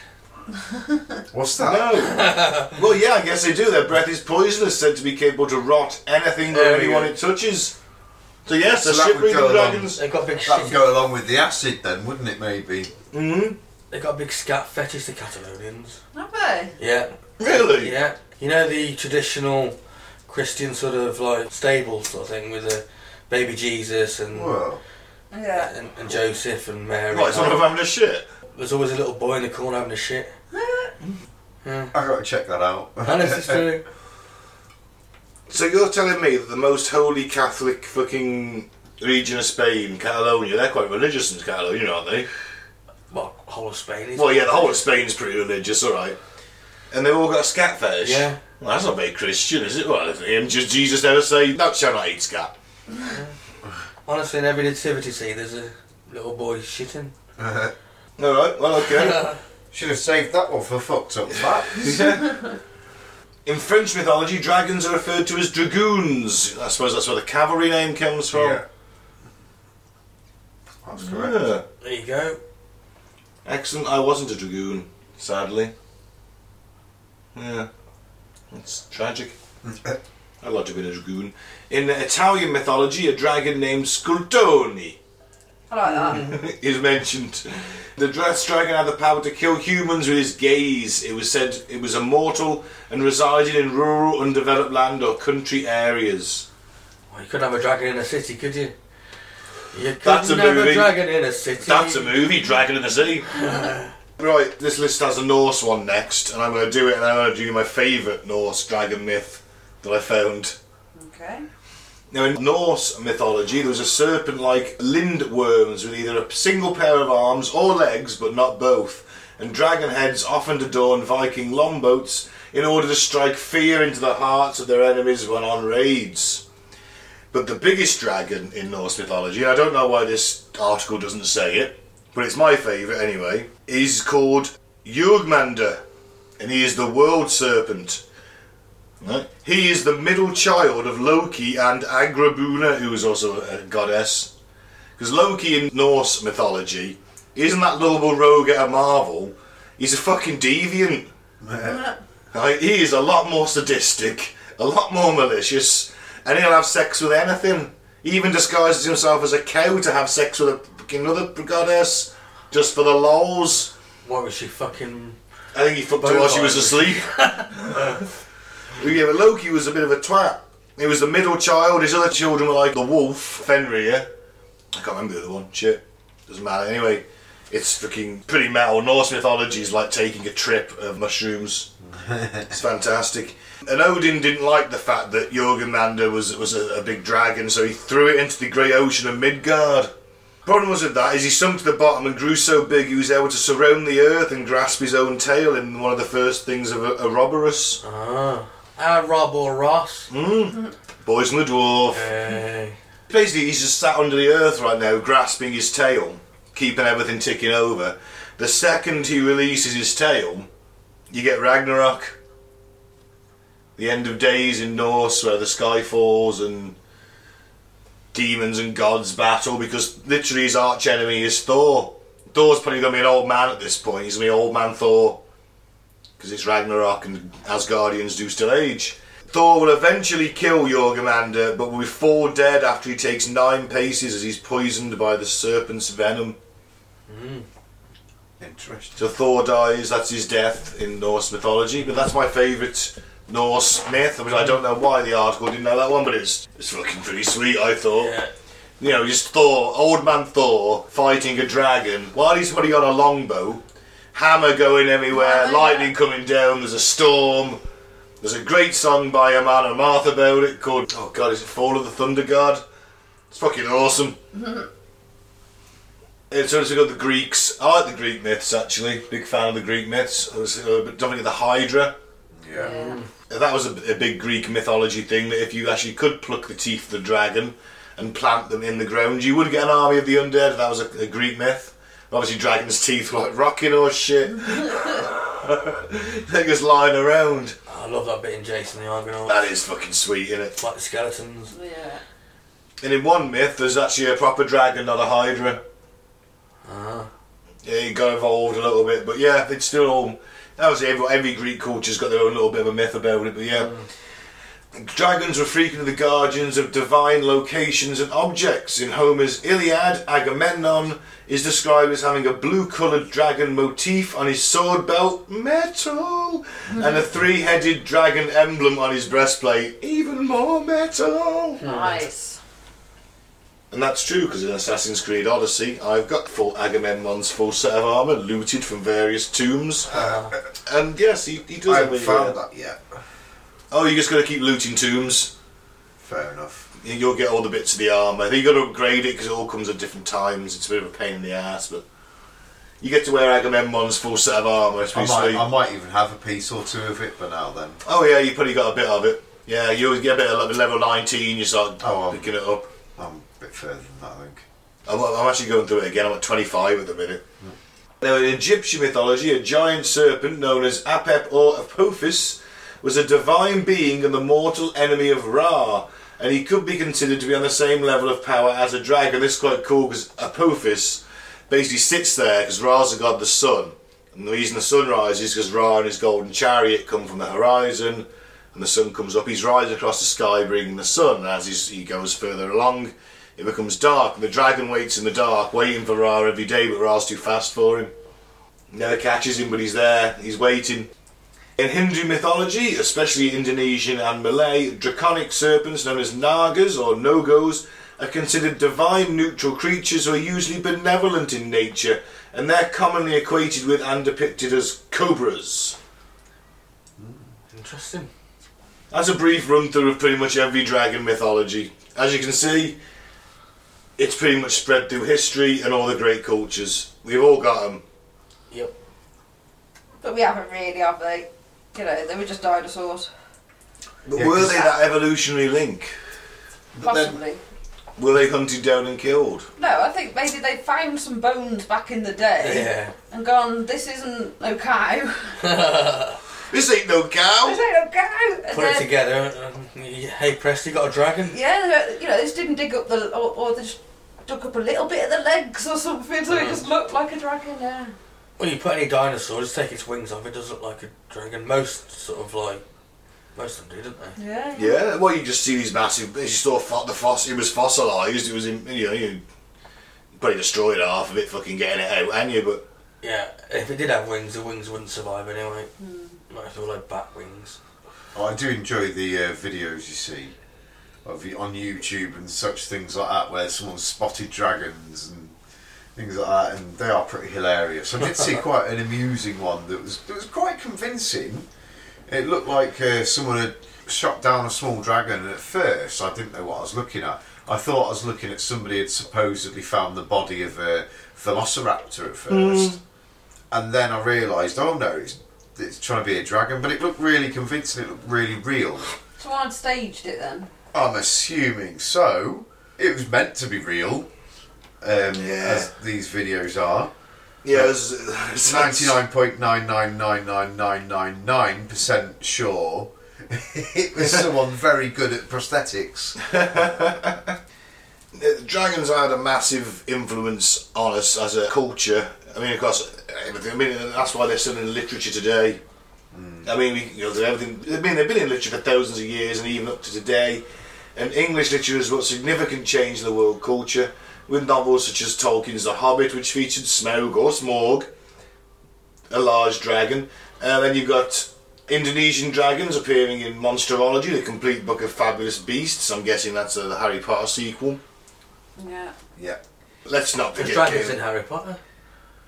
[SPEAKER 2] What's that?
[SPEAKER 1] No! well, yeah, I guess they do. Their breath is poisonous, said to be capable to rot anything or
[SPEAKER 4] There we
[SPEAKER 1] anyone
[SPEAKER 4] go.
[SPEAKER 1] it touches. So, yes,
[SPEAKER 2] So
[SPEAKER 1] the
[SPEAKER 2] that would
[SPEAKER 1] ship-breathing
[SPEAKER 2] go along.
[SPEAKER 1] dragons.
[SPEAKER 4] They've got big
[SPEAKER 2] That would
[SPEAKER 4] shit.
[SPEAKER 2] go along with the acid then, wouldn't it, maybe?
[SPEAKER 1] Mm-hmm.
[SPEAKER 4] They got a big scat fetish, the Catalonians.
[SPEAKER 3] Have they?
[SPEAKER 4] Yeah,
[SPEAKER 1] Really?
[SPEAKER 4] yeah. You know the traditional Christian sort of like stable sort of thing with the baby Jesus and
[SPEAKER 2] Well,
[SPEAKER 3] Yeah.
[SPEAKER 4] and, and Joseph and Mary.
[SPEAKER 1] Right, so I'm having a shit.
[SPEAKER 4] There's always a little boy in the corner having a shit. Yeah.
[SPEAKER 2] i got to check that out.
[SPEAKER 4] And it's just true.
[SPEAKER 1] So you're telling me that the most holy Catholic fucking region of Spain, Catalonia, they're quite religious in Catalonia, aren't they?
[SPEAKER 4] Well, whole of Spain is.
[SPEAKER 1] Well, yeah, the whole of Spain's pretty religious, all right. And they've all got a scat fetish.
[SPEAKER 4] Yeah.
[SPEAKER 1] Well, that's not very Christian, is it? Well, if him, just Jesus never say, "Thou shalt not eat scat."
[SPEAKER 4] Honestly, in every nativity scene, there's a little boy shitting.
[SPEAKER 1] All right. Well, okay.
[SPEAKER 2] Should have saved that one for fucked up facts.
[SPEAKER 1] in French mythology, dragons are referred to as dragoons. I suppose that's where the cavalry name comes from.
[SPEAKER 2] yeah. That's correct.
[SPEAKER 1] Yeah.
[SPEAKER 4] There you go.
[SPEAKER 1] Excellent. I wasn't a dragoon, sadly. Yeah, it's tragic. I'd like to have been a dragoon. In Italian mythology, a dragon named Scultoni
[SPEAKER 3] I like that.
[SPEAKER 1] is mentioned. The dress dragon had the power to kill humans with his gaze. It was said it was immortal and resided in rural, undeveloped land or country areas.
[SPEAKER 4] Well, you couldn't have a dragon in a city, could you? You could
[SPEAKER 1] That's a
[SPEAKER 4] have
[SPEAKER 1] movie.
[SPEAKER 4] a dragon in a city.
[SPEAKER 1] That's a movie, Dragon in the Sea. right, this list has a Norse one next, and I'm going to do it, and I'm going to do my favourite Norse dragon myth that I found.
[SPEAKER 3] okay.
[SPEAKER 1] Now, in Norse mythology, there was a serpent like lindworms with either a single pair of arms or legs, but not both, and dragon heads often adorned Viking longboats in order to strike fear into the hearts of their enemies when on raids. But the biggest dragon in Norse mythology, and I don't know why this article doesn't say it, but it's my favourite anyway, is called Jörgmander, and he is the world serpent. Right. He is the middle child of Loki and Agrabuna, who is also a goddess. Because Loki in Norse mythology isn't that lovable rogue at a Marvel. He's a fucking deviant. Right, He is a lot more sadistic, a lot more malicious, and he'll have sex with anything. He even disguises himself as a cow to have sex with a, fucking other goddess just for the lols.
[SPEAKER 4] Why was she fucking.
[SPEAKER 1] I think he fucked her while she was asleep. Uh, yeah, but Loki was a bit of a twat. He was the middle child. His other children were like the wolf, Fenrir. I can't remember the other one. Shit. Doesn't matter. Anyway, it's freaking pretty metal. Norse mythology is like taking a trip of mushrooms. it's fantastic. And Odin didn't like the fact that Jorgenmander was was a, a big dragon, so he threw it into the great ocean of Midgard. Problem was with that is he sunk to the bottom and grew so big he was able to surround the earth and grasp his own tail in one of the first things of a, a robberous.
[SPEAKER 4] Ah. Ah, Rob or Ross. Eh,
[SPEAKER 1] Boys and the dwarf.
[SPEAKER 4] Hey.
[SPEAKER 1] Basically, he's just sat under the earth right now, grasping his tail, keeping everything ticking over. The second he releases his tail, you get Ragnarok. The end of days in Norse, where the sky falls and demons and gods battle, because literally his arch enemy is Thor. Thor's probably going to be an old man at this point. He's going to be old man Thor. because it's Ragnarok and Asgardians do still age. Thor will eventually kill Jorgamander, but will be four dead after he takes nine paces as he's poisoned by the serpent's venom.
[SPEAKER 2] Interesting.
[SPEAKER 1] So Thor dies, that's his death in Norse mythology, but that's my favourite Norse myth. I mean, I don't know why the article didn't know that one, but it's, it's fucking pretty sweet, I thought.
[SPEAKER 4] Yeah.
[SPEAKER 1] You know, just Thor, old man Thor, fighting a dragon while he's putting on a longbow, hammer going everywhere,
[SPEAKER 3] Yeah.
[SPEAKER 1] lightning coming down, there's a storm. There's a great song by a man and Martha about it called, oh god, is it Fall of the Thunder God? It's fucking awesome. It's also got the Greeks. I like the Greek myths actually. Big fan of the Greek myths. I was uh, but don't forget the Hydra.
[SPEAKER 2] Yeah.
[SPEAKER 3] Yeah.
[SPEAKER 1] That was a, a big Greek mythology thing that if you actually could pluck the teeth of the dragon and plant them in the ground, you would get an army of the undead. That was a, a Greek myth. Obviously, dragon's teeth were like rocking or shit. They're just lying around.
[SPEAKER 4] I love that bit in Jason the Argonaut.
[SPEAKER 1] That is fucking sweet, isn't it?
[SPEAKER 4] Like the skeletons.
[SPEAKER 3] Yeah.
[SPEAKER 1] And in one myth, there's actually a proper dragon, not a hydra.
[SPEAKER 4] Ah.
[SPEAKER 1] Yeah, it got evolved a little bit, but yeah, it's still all. Obviously, every, every Greek culture's got their own little bit of a myth about it, but yeah. Dragons were frequently the guardians of divine locations and objects. In Homer's Iliad, Agamemnon is described as having a blue coloured dragon motif on his sword belt, metal, and a three headed dragon emblem on his breastplate, even more metal.
[SPEAKER 3] Nice.
[SPEAKER 1] And that's true because in Assassin's Creed Odyssey, I've got full Agamemnon's full set of armor looted from various tombs. and yes, he, he does.
[SPEAKER 2] Uh-huh. I
[SPEAKER 1] have
[SPEAKER 2] haven't
[SPEAKER 1] a-
[SPEAKER 2] found that yet.
[SPEAKER 1] Oh, you just got to keep looting tombs.
[SPEAKER 2] Fair enough.
[SPEAKER 1] You- You'll get all the bits of the armor. Then you got to upgrade it because it all comes at different times. It's a bit of a pain in the ass, but you get to wear Agamemnon's full set of armor. It's
[SPEAKER 2] I
[SPEAKER 1] pretty
[SPEAKER 2] might,
[SPEAKER 1] sweet.
[SPEAKER 2] I might even have a piece or two of it, but now then.
[SPEAKER 1] Oh yeah, you probably got a bit of it. Yeah, you always get a bit of like, level 19. You start
[SPEAKER 2] Oh, um,
[SPEAKER 1] picking it up.
[SPEAKER 2] I'm a bit further than that, I think.
[SPEAKER 1] I'm, I'm actually going through it again. I'm at 25 at the minute. Now, in Egyptian mythology, a giant serpent known as Apep or Apophis was a divine being and the mortal enemy of Ra, and he could be considered to be on the same level of power as a dragon. This is quite cool because Apophis basically sits there because Ra's a god of the sun, and the reason the sun rises is because Ra and his golden chariot come from the horizon, and the sun comes up. He's rising across the sky, bringing the sun. And as he's, he goes further along, it becomes dark, and the dragon waits in the dark, waiting for Ra every day, but Ra's too fast for him. Never catches him, but he's there. He's waiting. In Hindu mythology, especially Indonesian and Malay, draconic serpents known as nagas or nogos are considered divine neutral creatures who are usually benevolent in nature, and they're commonly equated with and depicted as cobras.
[SPEAKER 4] Interesting.
[SPEAKER 1] That's a brief run through of pretty much every dragon mythology. As you can see, it's pretty much spread through history and all the great cultures. We've all got them.
[SPEAKER 4] Yep.
[SPEAKER 3] But we haven't really, have they? You know, they were just dinosaurs.
[SPEAKER 1] But
[SPEAKER 2] Yeah,
[SPEAKER 1] were
[SPEAKER 2] 'cause
[SPEAKER 1] they that evolutionary link?
[SPEAKER 2] But then-
[SPEAKER 3] Possibly.
[SPEAKER 1] Were they hunted down and killed?
[SPEAKER 3] No, I think maybe they found some bones back in the day
[SPEAKER 4] Yeah.
[SPEAKER 3] and gone, this isn't no cow.
[SPEAKER 1] This ain't no
[SPEAKER 3] this
[SPEAKER 1] cow!
[SPEAKER 3] ain't no cow. And
[SPEAKER 4] Put it
[SPEAKER 3] then-
[SPEAKER 4] together. and- and- Hey, Presti, got a dragon?
[SPEAKER 3] Uh, Yeah, they- you know, they just didn't dig up the, or, or they just dug up a little bit of the legs or something, so it just looked like a dragon, yeah.
[SPEAKER 4] When you put any dinosaur, just take its wings off. It does look like a dragon. Most sort of like, most of them do, don't they?
[SPEAKER 3] Yeah.
[SPEAKER 1] Yeah, well, you just see these massive. You saw fo- the fossil. It was fossilised. It was, in, you know, you probably destroyed half of it, fucking getting it out, and you, but
[SPEAKER 4] Yeah. If it did have wings, the wings wouldn't survive anyway.
[SPEAKER 3] Hmm.
[SPEAKER 4] Might have to like bat wings.
[SPEAKER 2] I do enjoy the uh, videos you see of y- on YouTube and such things like that, where someone's spotted dragons and things like that, and they are pretty hilarious. I did see quite an amusing one that was that was quite convincing. It looked like uh, someone had shot down a small dragon, and at first I didn't know what I was looking at. I thought I was looking at somebody had supposedly found the body of a velociraptor at first and then I realised, oh no, it's, it's trying to be a dragon, but it looked really convincing. It looked really real.
[SPEAKER 3] Someone had staged it then.
[SPEAKER 2] I'm assuming so. It was meant to be real, um,
[SPEAKER 1] Yeah.
[SPEAKER 2] as these videos are.
[SPEAKER 1] yeah, it's
[SPEAKER 2] Ninety nine point nine nine nine nine nine nine nine percent sure it was someone very good at prosthetics.
[SPEAKER 1] Uh, dragons had a massive influence on us as a culture. I mean, of course, everything. I mean, that's why they're still in literature today. I mean, we, you know, they're everything. I mean, they've been in literature for thousands of years, and even up to today. And English literature has brought significant change in the world culture, with novels such as Tolkien's *The Hobbit*, which featured Smaug or Smaug, a large dragon. And then you've got Indonesian dragons appearing in *Monsterology*, the complete book of fabulous beasts. I'm guessing that's uh, the Harry Potter sequel.
[SPEAKER 3] Yeah.
[SPEAKER 2] Yeah.
[SPEAKER 1] Let's not
[SPEAKER 4] There's
[SPEAKER 1] forget.
[SPEAKER 4] dragons in
[SPEAKER 1] Caleb.
[SPEAKER 4] Harry Potter.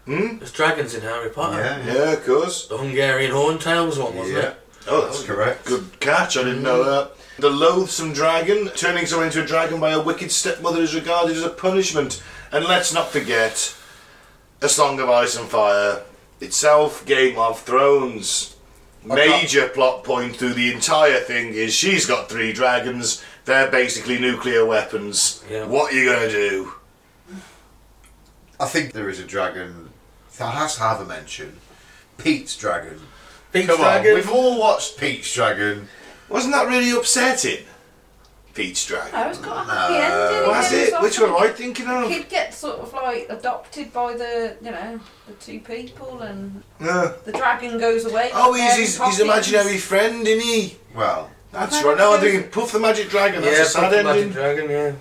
[SPEAKER 1] Hmm?
[SPEAKER 4] There's dragons in Harry Potter.
[SPEAKER 2] Yeah.
[SPEAKER 1] Yeah, of course.
[SPEAKER 4] The Hungarian Horntail was one, wasn't
[SPEAKER 2] Yeah.
[SPEAKER 4] it?
[SPEAKER 1] Oh, that's
[SPEAKER 2] That's correct.
[SPEAKER 1] Good catch. I didn't know that. The loathsome dragon, turning someone into a dragon by a wicked stepmother, is regarded as a punishment. And let's not forget, A Song of Ice and Fire itself, Game of Thrones. Major plot point through the entire thing is she's got three dragons. They're basically nuclear weapons.
[SPEAKER 4] Yeah.
[SPEAKER 1] What are you gonna do?
[SPEAKER 2] I think there is a dragon that has to have a mention. Pete's dragon.
[SPEAKER 4] Pete's
[SPEAKER 2] Come
[SPEAKER 4] dragon.
[SPEAKER 2] on, we've all watched Pete's dragon.
[SPEAKER 1] Wasn't that really upsetting? Pete's dragon.
[SPEAKER 3] No, it's got a happy
[SPEAKER 2] No.
[SPEAKER 3] ending.
[SPEAKER 1] Was
[SPEAKER 3] yeah,
[SPEAKER 1] it?
[SPEAKER 3] so
[SPEAKER 1] Which
[SPEAKER 3] I
[SPEAKER 1] one am I thinking
[SPEAKER 3] think
[SPEAKER 1] of?
[SPEAKER 3] He'd get sort of like adopted by the, you know, the two people, and
[SPEAKER 1] Yeah.
[SPEAKER 3] the dragon goes away.
[SPEAKER 1] Oh,
[SPEAKER 3] with
[SPEAKER 1] he's
[SPEAKER 3] Mary
[SPEAKER 1] his,
[SPEAKER 3] Poppins.
[SPEAKER 1] his imaginary friend, isn't he?
[SPEAKER 2] Well,
[SPEAKER 1] That's
[SPEAKER 3] Magic
[SPEAKER 1] right. No, I'm
[SPEAKER 3] Dragon.
[SPEAKER 1] thinking Puff the Magic Dragon. That's
[SPEAKER 4] yeah,
[SPEAKER 1] a sad
[SPEAKER 4] Puff the Magic
[SPEAKER 1] ending.
[SPEAKER 4] Dragon, yeah.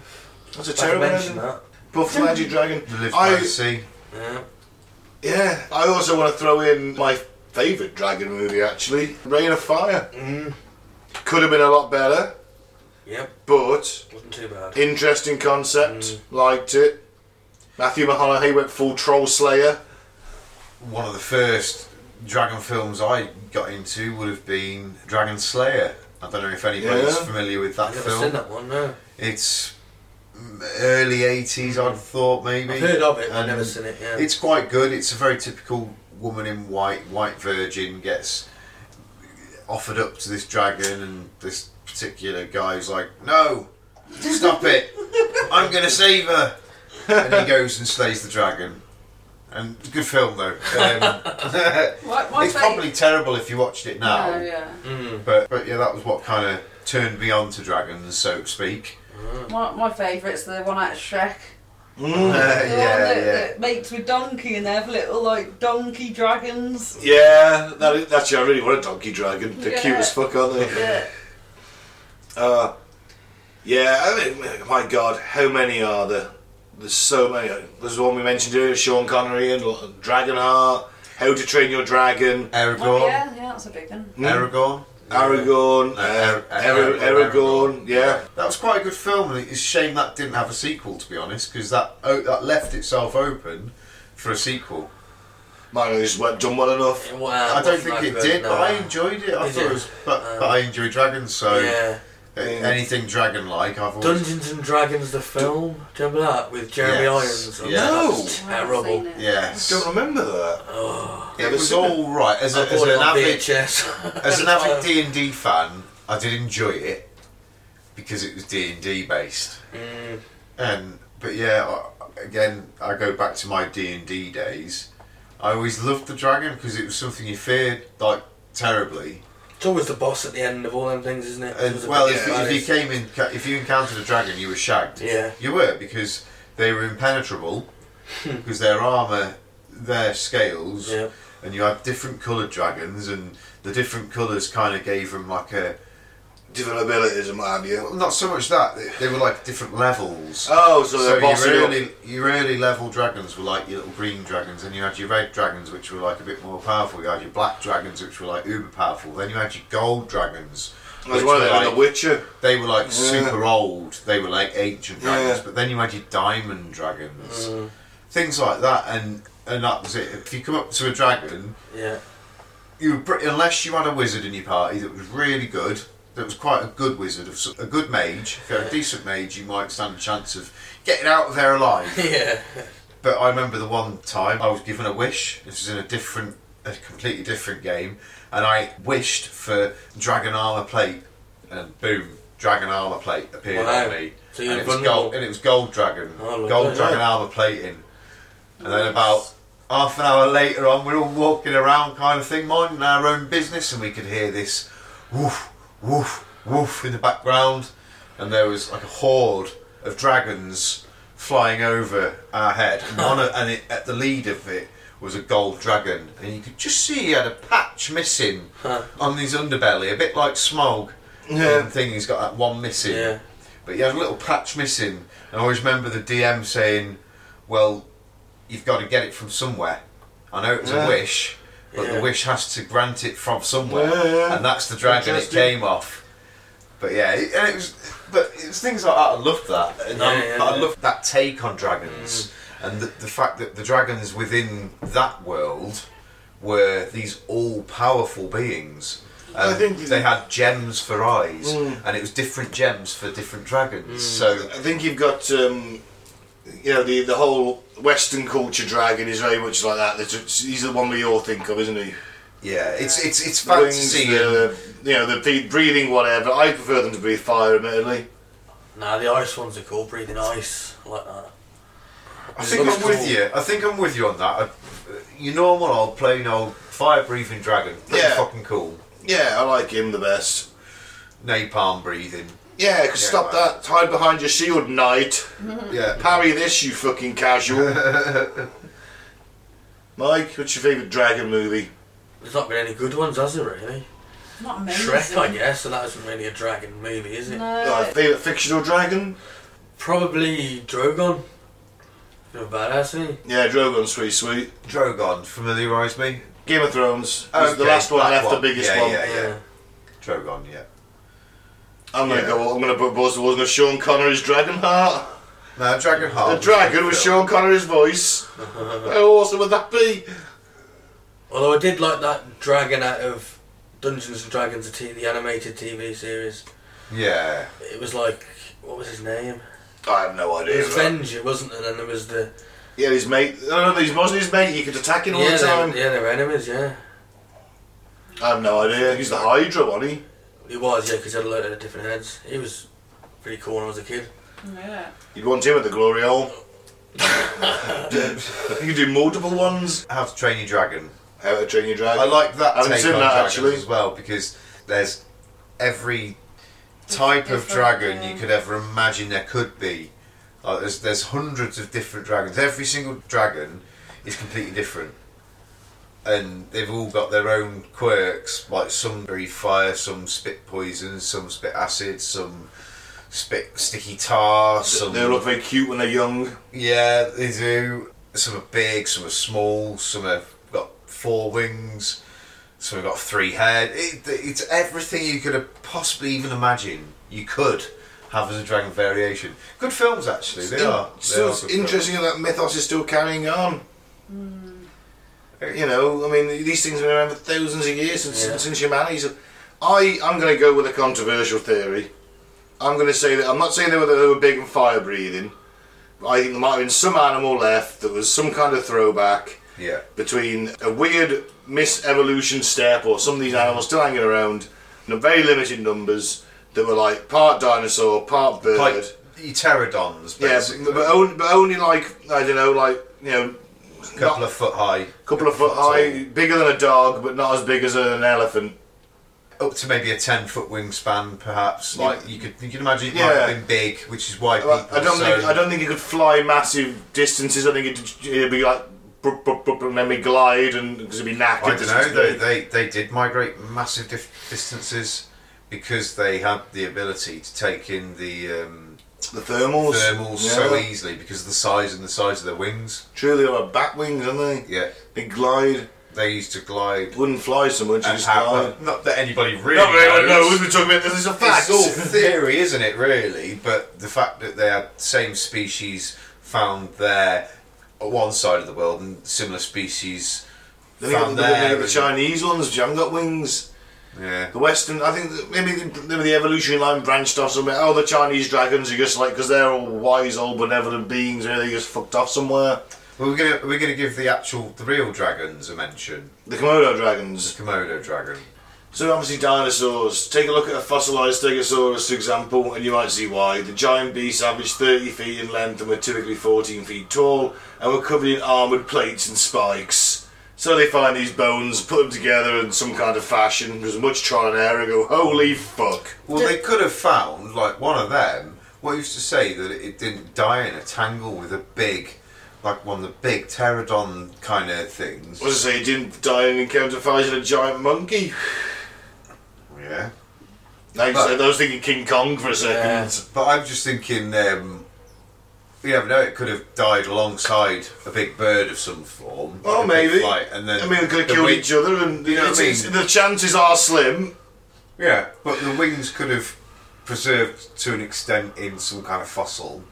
[SPEAKER 1] That's a
[SPEAKER 4] I should
[SPEAKER 1] terrible
[SPEAKER 4] mention
[SPEAKER 1] ending.
[SPEAKER 4] that.
[SPEAKER 1] Puff the Magic Dragon.
[SPEAKER 2] the live by the
[SPEAKER 1] I,
[SPEAKER 2] sea.
[SPEAKER 4] Yeah.
[SPEAKER 1] yeah. I also want to throw in my favourite dragon movie, actually Rain of Fire.
[SPEAKER 4] Mm.
[SPEAKER 1] Could have been a lot better,
[SPEAKER 4] Yep,
[SPEAKER 1] but
[SPEAKER 4] wasn't too bad.
[SPEAKER 1] interesting concept. Liked it. Matthew McConaughey went full troll slayer.
[SPEAKER 2] One of the first dragon films I got into would have been Dragon Slayer. I don't know if anybody's
[SPEAKER 1] Yeah.
[SPEAKER 2] familiar with
[SPEAKER 4] I've
[SPEAKER 2] that
[SPEAKER 4] never seen
[SPEAKER 2] film.
[SPEAKER 4] that one, no.
[SPEAKER 2] It's early 80s, I'd thought maybe.
[SPEAKER 4] I've heard of it, but
[SPEAKER 2] And
[SPEAKER 4] never seen it, yeah.
[SPEAKER 2] It's quite good. It's a very typical woman in white, white virgin gets offered up to this dragon, and this particular guy's like, "No, stop it! I'm going to save her." And he goes and slays the dragon. And good film though. Um,
[SPEAKER 3] My, my
[SPEAKER 2] it's
[SPEAKER 3] favourite-
[SPEAKER 2] probably terrible if you watched it now,
[SPEAKER 3] No, yeah.
[SPEAKER 4] Mm.
[SPEAKER 2] but but yeah, that was what kind of turned me on to dragons, so to speak.
[SPEAKER 3] My, my favourite's the one out of Shrek.
[SPEAKER 1] Mm.
[SPEAKER 2] Uh,
[SPEAKER 3] The one
[SPEAKER 2] yeah,
[SPEAKER 3] that,
[SPEAKER 2] yeah.
[SPEAKER 3] that mates with donkey and they have little like donkey dragons.
[SPEAKER 1] Yeah, that is, actually, I really want a donkey dragon. They're cute
[SPEAKER 3] Yeah.
[SPEAKER 1] as fuck, aren't they?
[SPEAKER 3] Yeah.
[SPEAKER 1] Uh, yeah, I mean, my God, how many are there? There's so many. There's one we mentioned earlier, Sean Connery and Dragonheart, How to Train Your Dragon, hmm?
[SPEAKER 2] Aragorn,
[SPEAKER 3] Oh, yeah, yeah, that's a big one.
[SPEAKER 2] Aragorn.
[SPEAKER 1] Aragorn, uh,
[SPEAKER 2] Er-
[SPEAKER 1] Ara-
[SPEAKER 2] Er-
[SPEAKER 1] Aragorn, yeah.
[SPEAKER 2] That was quite a good film, and it's a shame that didn't have a sequel, to be honest, because that o that left itself open for a sequel.
[SPEAKER 1] Might have just went- done well enough.
[SPEAKER 4] Well,
[SPEAKER 2] I don't
[SPEAKER 4] wasn't
[SPEAKER 2] think
[SPEAKER 4] that
[SPEAKER 2] it
[SPEAKER 4] good,
[SPEAKER 2] did,
[SPEAKER 4] no.
[SPEAKER 2] but I enjoyed it. I
[SPEAKER 4] Did
[SPEAKER 2] thought
[SPEAKER 4] you?
[SPEAKER 2] it was, but,
[SPEAKER 4] Um,
[SPEAKER 2] but I enjoy dragons, so
[SPEAKER 4] Yeah.
[SPEAKER 2] a- anything dragon-like, I've always.
[SPEAKER 4] Dungeons and Dragons, the film. Do you remember that? With Jeremy
[SPEAKER 2] Yes.
[SPEAKER 4] Irons. Oh,
[SPEAKER 2] Yeah.
[SPEAKER 4] that
[SPEAKER 1] No.
[SPEAKER 4] was
[SPEAKER 3] I haven't
[SPEAKER 4] Terrible.
[SPEAKER 3] seen it.
[SPEAKER 2] Yes,
[SPEAKER 1] Don't remember that.
[SPEAKER 4] Oh,
[SPEAKER 2] it
[SPEAKER 1] Never
[SPEAKER 2] was
[SPEAKER 1] seen it.
[SPEAKER 2] all right as,
[SPEAKER 4] I
[SPEAKER 2] a, as an
[SPEAKER 4] bought it on
[SPEAKER 2] avid
[SPEAKER 4] VHS.
[SPEAKER 2] as an avid D and D fan. I did enjoy it because it was D and D based.
[SPEAKER 4] Mm,
[SPEAKER 2] And but yeah, I- again, I go back to my D and D days. I always loved the dragon because it was something you feared like terribly.
[SPEAKER 4] It's always the boss at the end of all them things, isn't it?
[SPEAKER 2] And
[SPEAKER 4] It was a
[SPEAKER 2] well,
[SPEAKER 4] bit
[SPEAKER 2] if,
[SPEAKER 4] of
[SPEAKER 2] if you
[SPEAKER 4] advice.
[SPEAKER 2] came in, if you encountered a dragon, you were shagged.
[SPEAKER 4] Yeah.
[SPEAKER 2] You were because they were impenetrable because their armor, their scales,
[SPEAKER 4] Yeah.
[SPEAKER 2] and you had different coloured dragons, and the different colours kind of gave them like a
[SPEAKER 1] Different abilities and what have you.
[SPEAKER 2] not so much that they- they were like different levels.
[SPEAKER 1] Oh, so
[SPEAKER 2] So
[SPEAKER 1] they're
[SPEAKER 2] your
[SPEAKER 1] bossing
[SPEAKER 2] early, your early level dragons were like your little green dragons, and you had your red dragons, which were like a bit more powerful. You had your black dragons, which were like uber powerful. Then you had your gold dragons.
[SPEAKER 1] up. There's
[SPEAKER 2] which
[SPEAKER 1] one of
[SPEAKER 2] were
[SPEAKER 1] them in
[SPEAKER 2] like-
[SPEAKER 1] The Witcher.
[SPEAKER 2] They were like
[SPEAKER 1] Yeah.
[SPEAKER 2] super old. They were like ancient dragons.
[SPEAKER 1] Yeah.
[SPEAKER 2] But then you had your diamond dragons,
[SPEAKER 4] Mm,
[SPEAKER 2] things like that, and and that was it. If you come up to a dragon,
[SPEAKER 4] yeah.
[SPEAKER 2] you were pretty, unless you had a wizard in your party that was really good, that was quite a good wizard, of some- a good mage. If you're a decent mage, you might stand a chance of getting out of there alive.
[SPEAKER 4] Yeah.
[SPEAKER 2] but I remember the one time I was given a wish. This was in a different, a completely different game, and I wished for dragon armor plate, and boom, dragon armor plate appeared
[SPEAKER 4] Wow.
[SPEAKER 2] on me,
[SPEAKER 4] So
[SPEAKER 2] and
[SPEAKER 4] you're
[SPEAKER 2] it was
[SPEAKER 4] vulnerable.
[SPEAKER 2] gold, and it was gold dragon,
[SPEAKER 4] Oh, lovely.
[SPEAKER 2] gold dragon
[SPEAKER 1] Yeah.
[SPEAKER 2] armor plating, and then about half an hour later on, we're all walking around, kind of thing, minding our own business, and we could hear this woof, woof, woof in the background, and there was like a horde of dragons flying over our head. And One of, and it, at the lead of it was a gold dragon, and you could just see he had a patch missing
[SPEAKER 4] Huh.
[SPEAKER 2] on his underbelly, a bit like Smog.
[SPEAKER 1] Yeah.
[SPEAKER 2] And thing he's got that one missing.
[SPEAKER 4] Yeah.
[SPEAKER 2] But he had a little patch missing, and I always remember the DM saying, "Well, you've got to get it from somewhere." I know it was
[SPEAKER 1] Yeah.
[SPEAKER 2] a wish, but
[SPEAKER 4] Yeah.
[SPEAKER 2] the wish has to grant it from somewhere,
[SPEAKER 1] Yeah, yeah.
[SPEAKER 2] and that's the dragon it
[SPEAKER 1] Interesting.
[SPEAKER 2] came off. But yeah, it, and it was. But it was things like that. I loved that, and I,
[SPEAKER 4] Yeah, yeah,
[SPEAKER 2] I
[SPEAKER 4] yeah.
[SPEAKER 2] loved that take on dragons,
[SPEAKER 1] Mm.
[SPEAKER 2] and the, the fact that the dragons within that world were these all-powerful beings.
[SPEAKER 1] I
[SPEAKER 2] And
[SPEAKER 1] think-
[SPEAKER 2] they had gems for eyes,
[SPEAKER 1] Mm.
[SPEAKER 2] and it was different gems for different dragons. So
[SPEAKER 1] I think you've got, um, you know, the the whole Western culture dragon is very much like that. That's- He's the one we all think of, isn't he?
[SPEAKER 2] yeah, it's it's it's
[SPEAKER 1] The
[SPEAKER 2] fantasy. and,
[SPEAKER 1] the, you know, the pe- breathing whatever. I prefer them to breathe fire, admittedly.
[SPEAKER 4] Nah, the ice ones are cool. Breathing ice I like that.
[SPEAKER 2] I think I'm with you. I think I'm with you on that. I, your normal old plain old fire-breathing dragon, pretty
[SPEAKER 1] Yeah.
[SPEAKER 2] fucking cool.
[SPEAKER 1] Yeah, I like him the best.
[SPEAKER 2] Napalm breathing.
[SPEAKER 1] Yeah, 'cause
[SPEAKER 2] Yeah,
[SPEAKER 1] stop
[SPEAKER 2] right.
[SPEAKER 1] that. Hide behind your shield, knight.
[SPEAKER 2] Yeah.
[SPEAKER 1] Parry this, you fucking casual. Mike, what's your favourite dragon movie?
[SPEAKER 4] There's not been any good ones, has there really?
[SPEAKER 3] Not amazing.
[SPEAKER 4] Shrek, I guess, so that isn't really a dragon movie, is it?
[SPEAKER 1] Uh,
[SPEAKER 3] No.
[SPEAKER 1] favourite fictional dragon?
[SPEAKER 4] Probably Drogon. You're badass, isn't he?
[SPEAKER 1] Yeah, Drogon's pretty sweet.
[SPEAKER 2] Drogon familiarise me.
[SPEAKER 1] Game of Thrones. is the
[SPEAKER 2] Okay,
[SPEAKER 1] last one
[SPEAKER 2] that
[SPEAKER 1] left,
[SPEAKER 2] one.
[SPEAKER 1] the biggest
[SPEAKER 2] Yeah,
[SPEAKER 1] one.
[SPEAKER 2] yeah. Drogon, yeah.
[SPEAKER 1] I'm gonna
[SPEAKER 2] Yeah.
[SPEAKER 1] go. I'm gonna put Buzz wasn't of Sean Connery's Dragonheart.
[SPEAKER 2] No, Dragonheart.
[SPEAKER 1] The
[SPEAKER 2] was
[SPEAKER 1] dragon
[SPEAKER 2] a
[SPEAKER 1] with
[SPEAKER 2] good
[SPEAKER 1] Sean Connery's voice. How awesome would that be?
[SPEAKER 4] Although I did like that dragon out of Dungeons and Dragons, the, t- the animated TV series.
[SPEAKER 2] film. Yeah.
[SPEAKER 4] It was like, what was his name?
[SPEAKER 1] I have no
[SPEAKER 4] It
[SPEAKER 1] idea.
[SPEAKER 4] was Venger, wasn't it? And then there was the
[SPEAKER 1] yeah, his mate. I don't know. He's wasn't his mate. He could attack him all
[SPEAKER 4] yeah,
[SPEAKER 1] the time.
[SPEAKER 4] They, yeah, they were enemies. Yeah,
[SPEAKER 1] I have no idea. He's the Hydra, wasn't he?
[SPEAKER 4] he was yeah because he had a load of different heads. He was pretty cool when I was a kid.
[SPEAKER 3] Yeah.
[SPEAKER 1] You'd want him at the glory hole. you could do multiple ones.
[SPEAKER 2] How to Train Your Dragon.
[SPEAKER 1] How to Train Your Dragon.
[SPEAKER 2] I like that
[SPEAKER 1] I haven't
[SPEAKER 2] take
[SPEAKER 1] seen
[SPEAKER 2] on
[SPEAKER 1] that,
[SPEAKER 2] dragons
[SPEAKER 1] actually.
[SPEAKER 2] as well because there's every type of
[SPEAKER 3] different,
[SPEAKER 2] dragon
[SPEAKER 3] yeah.
[SPEAKER 2] you could ever imagine there could be. Like, there's there's hundreds of different dragons. Every single dragon is completely different. And they've all got their own quirks, like some breathe fire, some spit poison, some spit acid, some spit sticky tar, some
[SPEAKER 1] They look very cute when they're young.
[SPEAKER 2] yeah, they do. Some are big, some are small, some have got four wings, some have got three head. It, it's everything you could have possibly even imagine you could have as a dragon variation. Good films, actually. They are. They
[SPEAKER 1] Still,
[SPEAKER 2] are
[SPEAKER 1] it's
[SPEAKER 2] good films.
[SPEAKER 1] interesting that that mythos is still carrying on.
[SPEAKER 2] Hmm.
[SPEAKER 1] You know, I mean, these things have been around for thousands of years since,
[SPEAKER 4] Yeah.
[SPEAKER 1] since humanity's. I, I'm going to go with a controversial theory. I'm going to say that I'm not saying they were, they were big and fire breathing, but I think there might have been some animal left that was some kind of throwback
[SPEAKER 2] Yeah.
[SPEAKER 1] between a weird mis-evolution step or some of these animals still hanging around in very limited numbers that were like part dinosaur, part bird.
[SPEAKER 2] Like your pterodons,
[SPEAKER 1] Yeah,
[SPEAKER 2] basically.
[SPEAKER 1] but, but, only, but only like I don't know, like you know,
[SPEAKER 2] a couple of foot high,
[SPEAKER 1] couple of foot high, bigger than a dog, but not as big as an elephant.
[SPEAKER 2] up to maybe a ten foot wingspan, perhaps.
[SPEAKER 1] Yeah.
[SPEAKER 2] Like you could, you can imagine it might
[SPEAKER 1] Yeah.
[SPEAKER 2] have been big, which is why people.
[SPEAKER 1] Like, I don't
[SPEAKER 2] so-
[SPEAKER 1] think I don't think it could fly massive distances. I think it'd, it'd be like brup, brup, brup, and then we glide and because it'd be knackered.
[SPEAKER 2] I don't know. They,
[SPEAKER 1] It'd be-
[SPEAKER 2] they they did migrate massive dif- distances because they had the ability to take in the um,
[SPEAKER 1] the thermals,
[SPEAKER 2] thermals
[SPEAKER 1] yeah.
[SPEAKER 2] so easily because of the size and the size of their wings.
[SPEAKER 1] True, they have back wings, don't they?
[SPEAKER 2] Yeah,
[SPEAKER 1] They glide.
[SPEAKER 2] they used to glide.
[SPEAKER 1] Wouldn't fly so much.
[SPEAKER 2] And
[SPEAKER 1] just glide.
[SPEAKER 2] how, not that anybody really
[SPEAKER 1] Not really. No,
[SPEAKER 2] knows.
[SPEAKER 1] we've been talking about this. It's a fact.
[SPEAKER 2] It's all theory, isn't it? Really, but the fact that they are same species found there at one side of the world and similar species
[SPEAKER 1] Then you got
[SPEAKER 2] found
[SPEAKER 1] the- then you
[SPEAKER 2] there.
[SPEAKER 1] got the
[SPEAKER 2] and-
[SPEAKER 1] Chinese ones. which haven't got wings.
[SPEAKER 2] yeah.
[SPEAKER 1] The Western, I think that maybe the, maybe the evolutionary line branched off somewhere. Oh, the Chinese dragons are just like because they're all wise, old, benevolent beings, and they just fucked off somewhere.
[SPEAKER 2] Well, we're gonna we're gonna give the actual the real dragons a mention.
[SPEAKER 1] The Komodo dragons.
[SPEAKER 2] Komodo dragon.
[SPEAKER 1] So obviously dinosaurs. Take a look at a fossilized Stegosaurus, for example, and you might see why. The giant beasts averaged 30 feet in length and were typically 14 feet tall, and were covered in armored plates and spikes. So they find these bones, put them together in some kind of fashion. There's much trial and error. and Go, holy fuck!
[SPEAKER 2] Well, they could have found like one of them What used to say that it didn't die in a tangle with a big, like one of the big pterodon kind of things.
[SPEAKER 1] What does it say? He didn't die in encounter fighting a giant monkey.
[SPEAKER 2] Yeah.
[SPEAKER 1] Now you
[SPEAKER 2] But-
[SPEAKER 1] said, I was thinking King Kong for a second.
[SPEAKER 2] But I'm just thinking, um, you never know. It could have died alongside a big bird of some form.
[SPEAKER 1] Well,
[SPEAKER 2] like a big
[SPEAKER 1] maybe.
[SPEAKER 2] flight, and then
[SPEAKER 1] I mean, they could have
[SPEAKER 2] the
[SPEAKER 1] killed
[SPEAKER 2] wing-
[SPEAKER 1] each other, and
[SPEAKER 2] You know what I
[SPEAKER 1] it's- it's-
[SPEAKER 2] mean?
[SPEAKER 1] the chances are slim.
[SPEAKER 2] Yeah, but the wings could have preserved to an extent in some kind of fossil,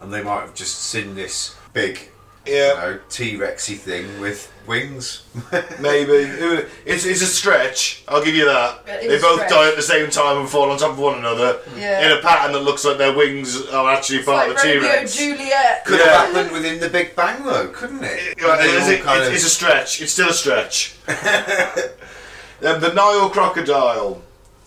[SPEAKER 2] and they might have just seen this big, you
[SPEAKER 1] Yeah,
[SPEAKER 2] know, T-Rexy thing with wings.
[SPEAKER 1] maybe. It's, it's a stretch, I'll give you that.
[SPEAKER 3] It
[SPEAKER 1] They
[SPEAKER 3] is a
[SPEAKER 1] both
[SPEAKER 3] stretch.
[SPEAKER 1] die at the same time and fall on top of one another
[SPEAKER 3] Yeah.
[SPEAKER 1] in a pattern that looks like their wings are actually part
[SPEAKER 3] like
[SPEAKER 1] of the T
[SPEAKER 3] Romeo
[SPEAKER 1] Rex.
[SPEAKER 3] Juliet.
[SPEAKER 2] Could
[SPEAKER 1] Yeah.
[SPEAKER 2] have happened within the Big Bang, though, couldn't it?
[SPEAKER 1] Yeah,
[SPEAKER 2] They
[SPEAKER 1] it's,
[SPEAKER 2] all
[SPEAKER 1] it-
[SPEAKER 2] kind
[SPEAKER 1] it's-
[SPEAKER 2] of-
[SPEAKER 1] it's a stretch. It's still a stretch. Um, the Nile crocodile,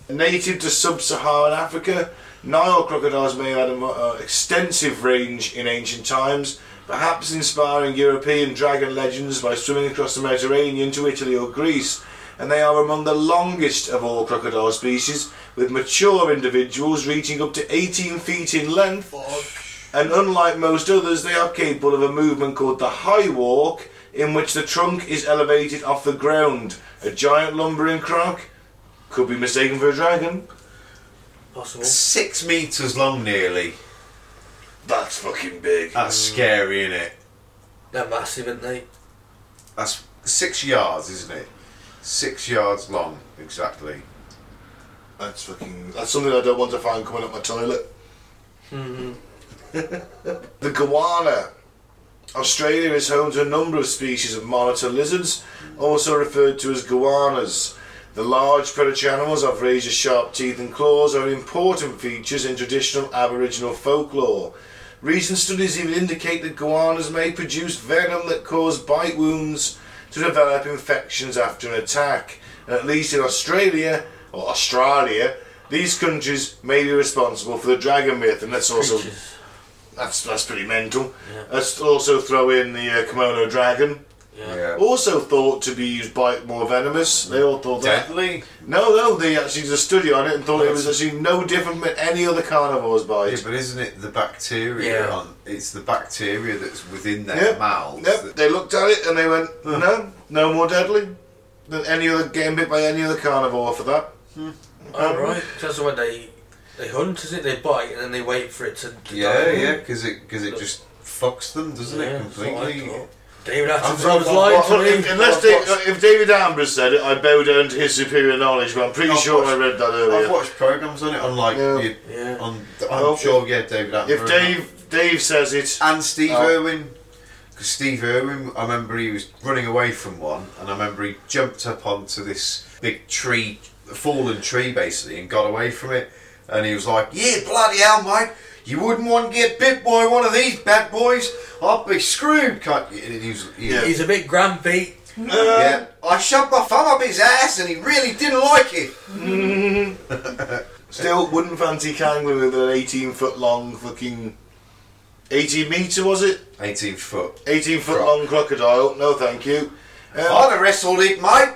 [SPEAKER 1] native to sub-Saharan Africa, Nile crocodiles may have had an uh, extensive range in ancient times, perhaps inspiring European dragon legends by swimming across the Mediterranean to Italy or Greece. And they are among the longest of all crocodile species, with mature individuals reaching up to 18 feet in length and unlike most others, they are capable of a movement called the high walk, in which the trunk is elevated off the ground. A giant lumbering croc could be mistaken for a dragon.
[SPEAKER 4] Uh, Possible.
[SPEAKER 2] six meters long, nearly.
[SPEAKER 1] That's fucking big.
[SPEAKER 2] That's scary, isn't it?
[SPEAKER 4] They're massive, aren't they?
[SPEAKER 2] That's six yards, isn't it? Six yards long, exactly.
[SPEAKER 1] That's fucking. That's something I don't want to find coming up my toilet. the goanna. Australia is home to a number of species of monitor lizards, also referred to as goannas. The large predatory animals have razor sharp teeth and claws are important features in traditional Aboriginal folklore. Recent studies even indicate that goannas may produce venom that cause bite wounds to develop infections after an attack. And at least in Australia, or Australia, these countries may be responsible for the dragon myth, and that's also
[SPEAKER 4] Creatures.
[SPEAKER 1] that's that's pretty mental.
[SPEAKER 4] Yeah.
[SPEAKER 1] Let's also throw in the uh, kimono dragon,
[SPEAKER 4] Yeah.
[SPEAKER 1] also thought to be used by more venomous. They all thought that.
[SPEAKER 2] Deadly?
[SPEAKER 1] No, no, they actually did a study on it and thought it was actually no different than any other carnivore's
[SPEAKER 2] Yeah,
[SPEAKER 1] bite.
[SPEAKER 2] but isn't it the bacteria?
[SPEAKER 4] Yeah.
[SPEAKER 2] On, it's the bacteria that's within their
[SPEAKER 1] Yep.
[SPEAKER 2] mouths.
[SPEAKER 1] Yep, they looked at it and they went, no, no more deadly than any other game bit by any other carnivore for that.
[SPEAKER 4] All Oh, right. So that's the way they they hunt, is it? They bite and then they wait for it to. to
[SPEAKER 2] Yeah,
[SPEAKER 4] die.
[SPEAKER 2] yeah, because it because it just fucks them, doesn't
[SPEAKER 4] Yeah,
[SPEAKER 2] it?
[SPEAKER 4] that's what I
[SPEAKER 2] Completely.
[SPEAKER 4] thought. David Attenborough
[SPEAKER 2] I'm-
[SPEAKER 4] was
[SPEAKER 2] I'm-
[SPEAKER 4] lying
[SPEAKER 1] Well,
[SPEAKER 4] to me.
[SPEAKER 1] if, unless
[SPEAKER 4] I've
[SPEAKER 1] David,
[SPEAKER 4] watched-
[SPEAKER 1] if David Ambrose said it, I bow down to his superior knowledge, but I'm pretty
[SPEAKER 2] I've
[SPEAKER 1] sure I
[SPEAKER 2] watched-
[SPEAKER 1] read that
[SPEAKER 2] I've
[SPEAKER 1] earlier.
[SPEAKER 2] watched programs on it on like
[SPEAKER 1] Yeah.
[SPEAKER 2] you-
[SPEAKER 4] Yeah.
[SPEAKER 2] on. I'm
[SPEAKER 1] Well,
[SPEAKER 2] sure, yeah, David. Attenborough
[SPEAKER 1] If
[SPEAKER 2] and
[SPEAKER 1] Dave Dave says it,
[SPEAKER 2] that. and Steve
[SPEAKER 1] Oh.
[SPEAKER 2] Irwin, because Steve Irwin, I remember he was running away from one, and I remember he jumped up onto this big tree, a fallen tree basically, and got away from it, and he was like, "Yeah, bloody hell, mate." You wouldn't want to get bit by one of these bad boys. I'll be screwed. Can't you? And he was, he-
[SPEAKER 1] Yeah.
[SPEAKER 4] He's a bit grumpy.
[SPEAKER 2] Yeah, Um, I shoved my thumb up his ass and he really didn't like it.
[SPEAKER 1] Still wouldn't fancy Kangaroo with an 18 foot long fucking. 18 metre was it?
[SPEAKER 2] 18 foot.
[SPEAKER 1] 18 foot
[SPEAKER 2] Croc.
[SPEAKER 1] long crocodile. No, thank you. Um,
[SPEAKER 2] I'd have wrestled it, mate.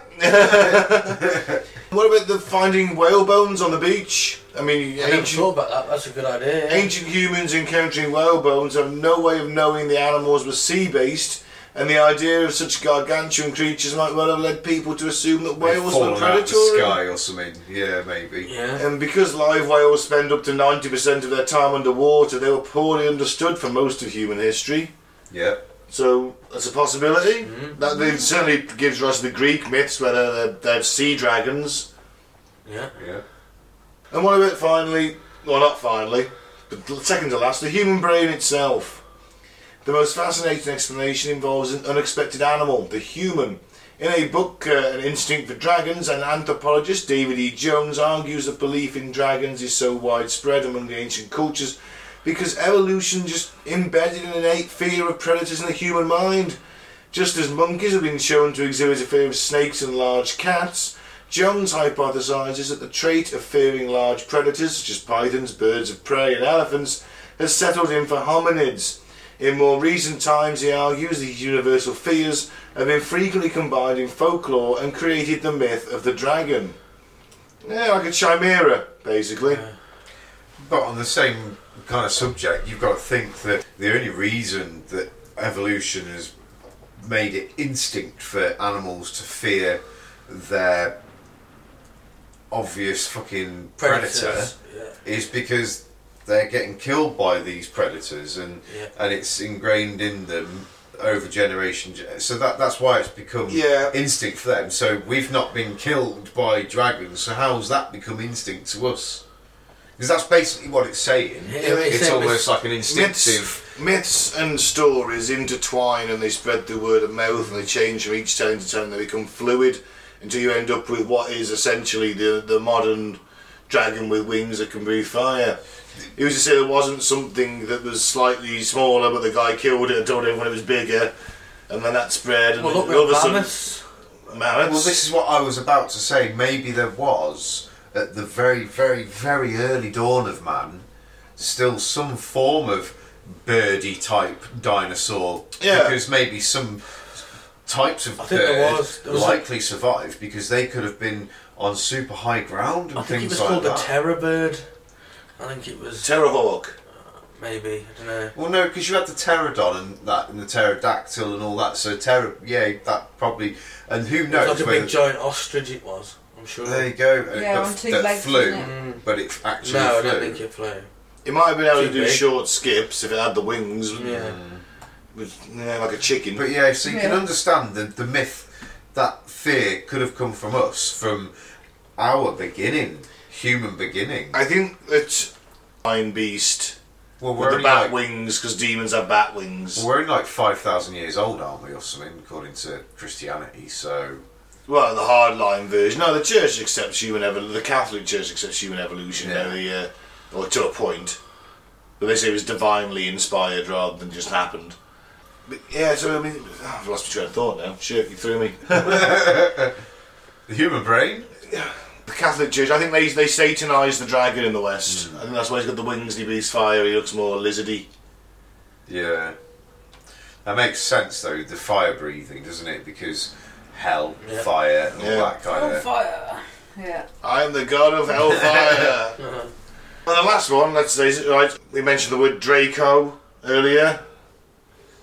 [SPEAKER 1] what about the finding whale bones on the beach? I mean,
[SPEAKER 4] I never
[SPEAKER 1] ancient,
[SPEAKER 4] thought about that. That's a good idea. yeah.
[SPEAKER 1] ancient humans encountering whale bones have no way of knowing the animals were sea based, and the idea of such gargantuan creatures might well have led people to assume that whales were
[SPEAKER 2] Fallen out of the
[SPEAKER 1] predatory.
[SPEAKER 2] sky or something. Yeah, maybe.
[SPEAKER 4] Yeah.
[SPEAKER 1] And because live whales spend up to 90% of their time underwater, they were poorly understood for most of human history.
[SPEAKER 2] Yeah.
[SPEAKER 1] So that's a possibility. That they certainly gives rise to the Greek myths where they're, they're sea dragons.
[SPEAKER 4] Yeah.
[SPEAKER 2] Yeah.
[SPEAKER 1] And what about finally, well, not finally, but second to last, the human brain itself. The most fascinating explanation involves an unexpected animal, the human. In a book, uh, An Instinct for Dragons, an anthropologist, David E. Jones, argues that belief in dragons is so widespread among the ancient cultures because evolution just embedded an innate fear of predators in the human mind. Just as monkeys have been shown to exhibit a fear of snakes and large cats, Jones hypothesises that the trait of fearing large predators, such as pythons, birds of prey, and elephants, has settled in for hominids. In more recent times, he argues these universal fears have been frequently combined in folklore and created the myth of the dragon. Yeah, like a chimera, basically.
[SPEAKER 2] But on the same kind of subject, you've got to think that the only reason that evolution has made it instinct for animals to fear their obvious fucking predator
[SPEAKER 4] Predators. Yeah.
[SPEAKER 2] is because they're getting killed by these predators and
[SPEAKER 4] Yeah.
[SPEAKER 2] and it's ingrained in them over generation so that that's why it's become
[SPEAKER 1] Yeah.
[SPEAKER 2] instinct for them so we've not been killed by dragons so how's that become instinct to us because that's basically what it's saying
[SPEAKER 4] Yeah,
[SPEAKER 2] it's,
[SPEAKER 4] it's saying
[SPEAKER 2] almost
[SPEAKER 4] it's-
[SPEAKER 2] like an
[SPEAKER 1] Myths,
[SPEAKER 2] instinctive
[SPEAKER 1] myths and stories intertwine and they spread the word of mouth and they change from each town to town. They become fluid until you end up with what is essentially the, the modern dragon with wings that can breathe fire. It was to say there wasn't something that was slightly smaller, but the guy killed it and told everyone it was bigger, and then that spread. And
[SPEAKER 4] Well, look,
[SPEAKER 1] all of
[SPEAKER 4] we're
[SPEAKER 1] a sudden-
[SPEAKER 4] mammoths.
[SPEAKER 1] Mammoths.
[SPEAKER 2] well this is what i was about to say maybe there was at the very very very early dawn of man still some form of birdy type dinosaur
[SPEAKER 1] Yeah.
[SPEAKER 2] because maybe some types of
[SPEAKER 4] I
[SPEAKER 2] birds
[SPEAKER 4] think there was- there was
[SPEAKER 2] likely survived because they could have been on super high ground and
[SPEAKER 4] I think it
[SPEAKER 2] things
[SPEAKER 4] was
[SPEAKER 2] like
[SPEAKER 4] called the
[SPEAKER 2] that.
[SPEAKER 4] terror bird. I think it was
[SPEAKER 1] Terrorhawk.
[SPEAKER 4] maybe I don't know.
[SPEAKER 2] well, no, because you had the pterodon and that, and the pterodactyl and all that. So terror, yeah, that probably, and who
[SPEAKER 4] It
[SPEAKER 2] knows?
[SPEAKER 4] was like a
[SPEAKER 2] whether-
[SPEAKER 4] big giant ostrich. It was. I'm sure.
[SPEAKER 2] there you go.
[SPEAKER 3] Yeah,
[SPEAKER 2] that,
[SPEAKER 3] on two
[SPEAKER 2] that
[SPEAKER 3] legs,
[SPEAKER 2] flew,
[SPEAKER 3] isn't
[SPEAKER 4] Mm.
[SPEAKER 2] but it actually
[SPEAKER 4] No, I
[SPEAKER 2] flew.
[SPEAKER 4] don't think it flew.
[SPEAKER 1] It might have been able to
[SPEAKER 4] Too
[SPEAKER 1] do
[SPEAKER 4] big.
[SPEAKER 1] short skips if it had the wings,
[SPEAKER 2] Hmm.
[SPEAKER 1] wouldn't it?
[SPEAKER 4] Yeah.
[SPEAKER 1] With, you know, like a chicken.
[SPEAKER 2] But yeah, so you can
[SPEAKER 3] Yeah.
[SPEAKER 2] understand the, the myth that fear could have come from us, from our beginning, human beginning.
[SPEAKER 1] I think that Iron Beast
[SPEAKER 2] Well,
[SPEAKER 1] with
[SPEAKER 2] we're
[SPEAKER 1] the
[SPEAKER 2] only
[SPEAKER 1] bat
[SPEAKER 2] like,
[SPEAKER 1] wings, because demons have bat wings.
[SPEAKER 2] well, we're only like 5,000 years old, aren't we, or something, according to Christianity, so.
[SPEAKER 1] Well, the hardline version. No, the church accepts human evolution. The Catholic Church accepts human evolution.
[SPEAKER 2] Yeah.
[SPEAKER 1] Yeah. uh, or to a point, but they say it was divinely inspired rather than just happened. But yeah, so I mean, I've lost my train of thought now. Shit, you threw me.
[SPEAKER 2] The human brain?
[SPEAKER 1] the Catholic Church, I think they they satanise the dragon in the West. I think that's why he's got the wings and he breathes fire. He looks more lizardy.
[SPEAKER 2] Yeah. That makes sense, though, the fire breathing, doesn't it? Because hell,
[SPEAKER 4] Yeah.
[SPEAKER 2] fire, and
[SPEAKER 1] Yeah.
[SPEAKER 2] all that kind
[SPEAKER 3] Oh,
[SPEAKER 2] of.
[SPEAKER 3] fire. Yeah.
[SPEAKER 1] I am the god of hellfire. and
[SPEAKER 4] Uh-huh.
[SPEAKER 1] the last one, let's say, is- right, we mentioned the word Draco earlier.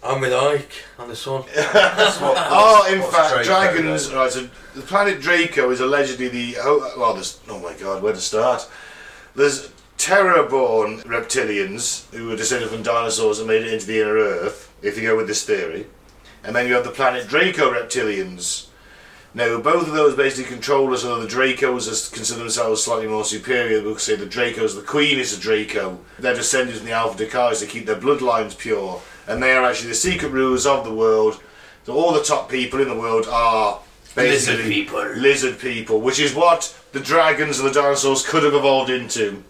[SPEAKER 4] I'm with Ike on this one.
[SPEAKER 2] That's what-
[SPEAKER 1] Oh, in
[SPEAKER 2] what's
[SPEAKER 1] fact,
[SPEAKER 2] Draco,
[SPEAKER 1] dragons.
[SPEAKER 2] then?
[SPEAKER 1] Right, so the planet Draco is allegedly the. Oh, well, there's. Oh my god, where to start? There's terror-born reptilians who were descended from dinosaurs and made it into the inner Earth, if you go with this theory. And then you have the planet Draco reptilians. Now, both of those basically control us, although the Dracos are, consider themselves slightly more superior. We'll say the Dracos, the Queen is a Draco. They're descended from the Alpha Decais, they keep their bloodlines pure. And they are actually the secret rulers of the world. So all the top people in the world are basically
[SPEAKER 4] Lizard people.
[SPEAKER 1] lizard people, which is what the dragons and the dinosaurs could have evolved into.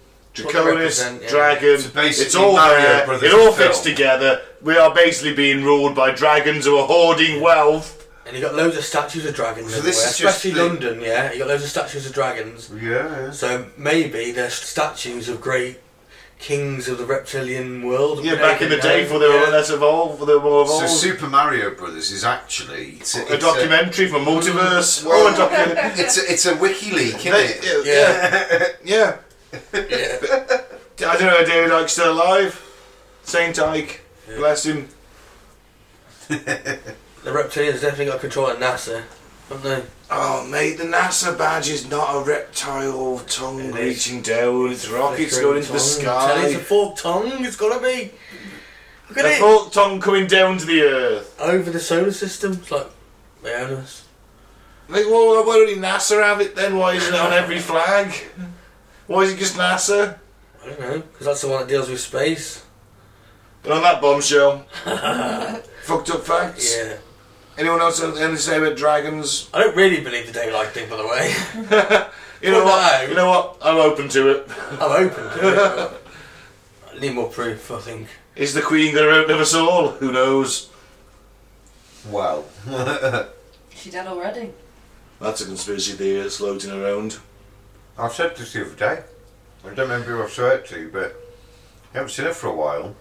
[SPEAKER 4] what they
[SPEAKER 1] Draconis,
[SPEAKER 4] represent, yeah.
[SPEAKER 1] dragon,
[SPEAKER 2] So basically
[SPEAKER 1] it's all
[SPEAKER 2] Mario
[SPEAKER 1] there.
[SPEAKER 2] Brothers
[SPEAKER 1] It all
[SPEAKER 2] in film.
[SPEAKER 1] fits together. We are basically being ruled by dragons who are hoarding wealth.
[SPEAKER 4] And you got loads of statues of dragons
[SPEAKER 2] So
[SPEAKER 4] everywhere,
[SPEAKER 2] this is just
[SPEAKER 4] especially
[SPEAKER 2] the-
[SPEAKER 4] London. Yeah, you got loads of statues of dragons.
[SPEAKER 2] Yeah.
[SPEAKER 4] So maybe there's statues of great kings of the reptilian world.
[SPEAKER 1] Yeah, back in the day before they were
[SPEAKER 4] Yeah.
[SPEAKER 1] less evolved, they were more
[SPEAKER 2] So
[SPEAKER 1] evolved.
[SPEAKER 2] Super Mario Brothers is actually it's
[SPEAKER 1] a
[SPEAKER 2] it's
[SPEAKER 1] documentary from multiverse.
[SPEAKER 2] Well-
[SPEAKER 1] oh, a documentary.
[SPEAKER 2] it's a, it's a WikiLeak, isn't it?
[SPEAKER 1] yeah, yeah.
[SPEAKER 4] yeah.
[SPEAKER 1] I don't know. David Icke's still alive. Saint Ike, bless him.
[SPEAKER 4] The reptilians definitely got control of NASA, haven't they?
[SPEAKER 1] Oh mate, the NASA badge is not a reptile tongue
[SPEAKER 4] It is.
[SPEAKER 1] reaching down. It's rockets going into the
[SPEAKER 4] Tell
[SPEAKER 1] sky.
[SPEAKER 4] it's a forked tongue. It's got to be. Look at
[SPEAKER 1] A
[SPEAKER 4] it.
[SPEAKER 1] forked tongue coming down to the earth.
[SPEAKER 4] Over the solar system. It's like they own us.
[SPEAKER 1] Like, well, why don't NASA have it then? Why isn't it on every flag? Why is it just NASA?
[SPEAKER 4] I don't know because that's the one that deals with space.
[SPEAKER 1] And on that bombshell, fucked up facts.
[SPEAKER 4] Yeah.
[SPEAKER 1] Anyone else have anything to say about dragons?
[SPEAKER 4] I don't really believe the daylight thing, by the way.
[SPEAKER 1] You know
[SPEAKER 4] Well,
[SPEAKER 1] what?
[SPEAKER 4] no.
[SPEAKER 1] You know what? I'm open to it.
[SPEAKER 4] I'm open to it. but I need more proof, I think.
[SPEAKER 1] Is the Queen going to outlive us all? Who knows?
[SPEAKER 2] Well,
[SPEAKER 3] She dead already.
[SPEAKER 1] That's a conspiracy theory that's floating around.
[SPEAKER 2] I've said this the other day. I don't remember who I've said it to, but I haven't seen her for a while.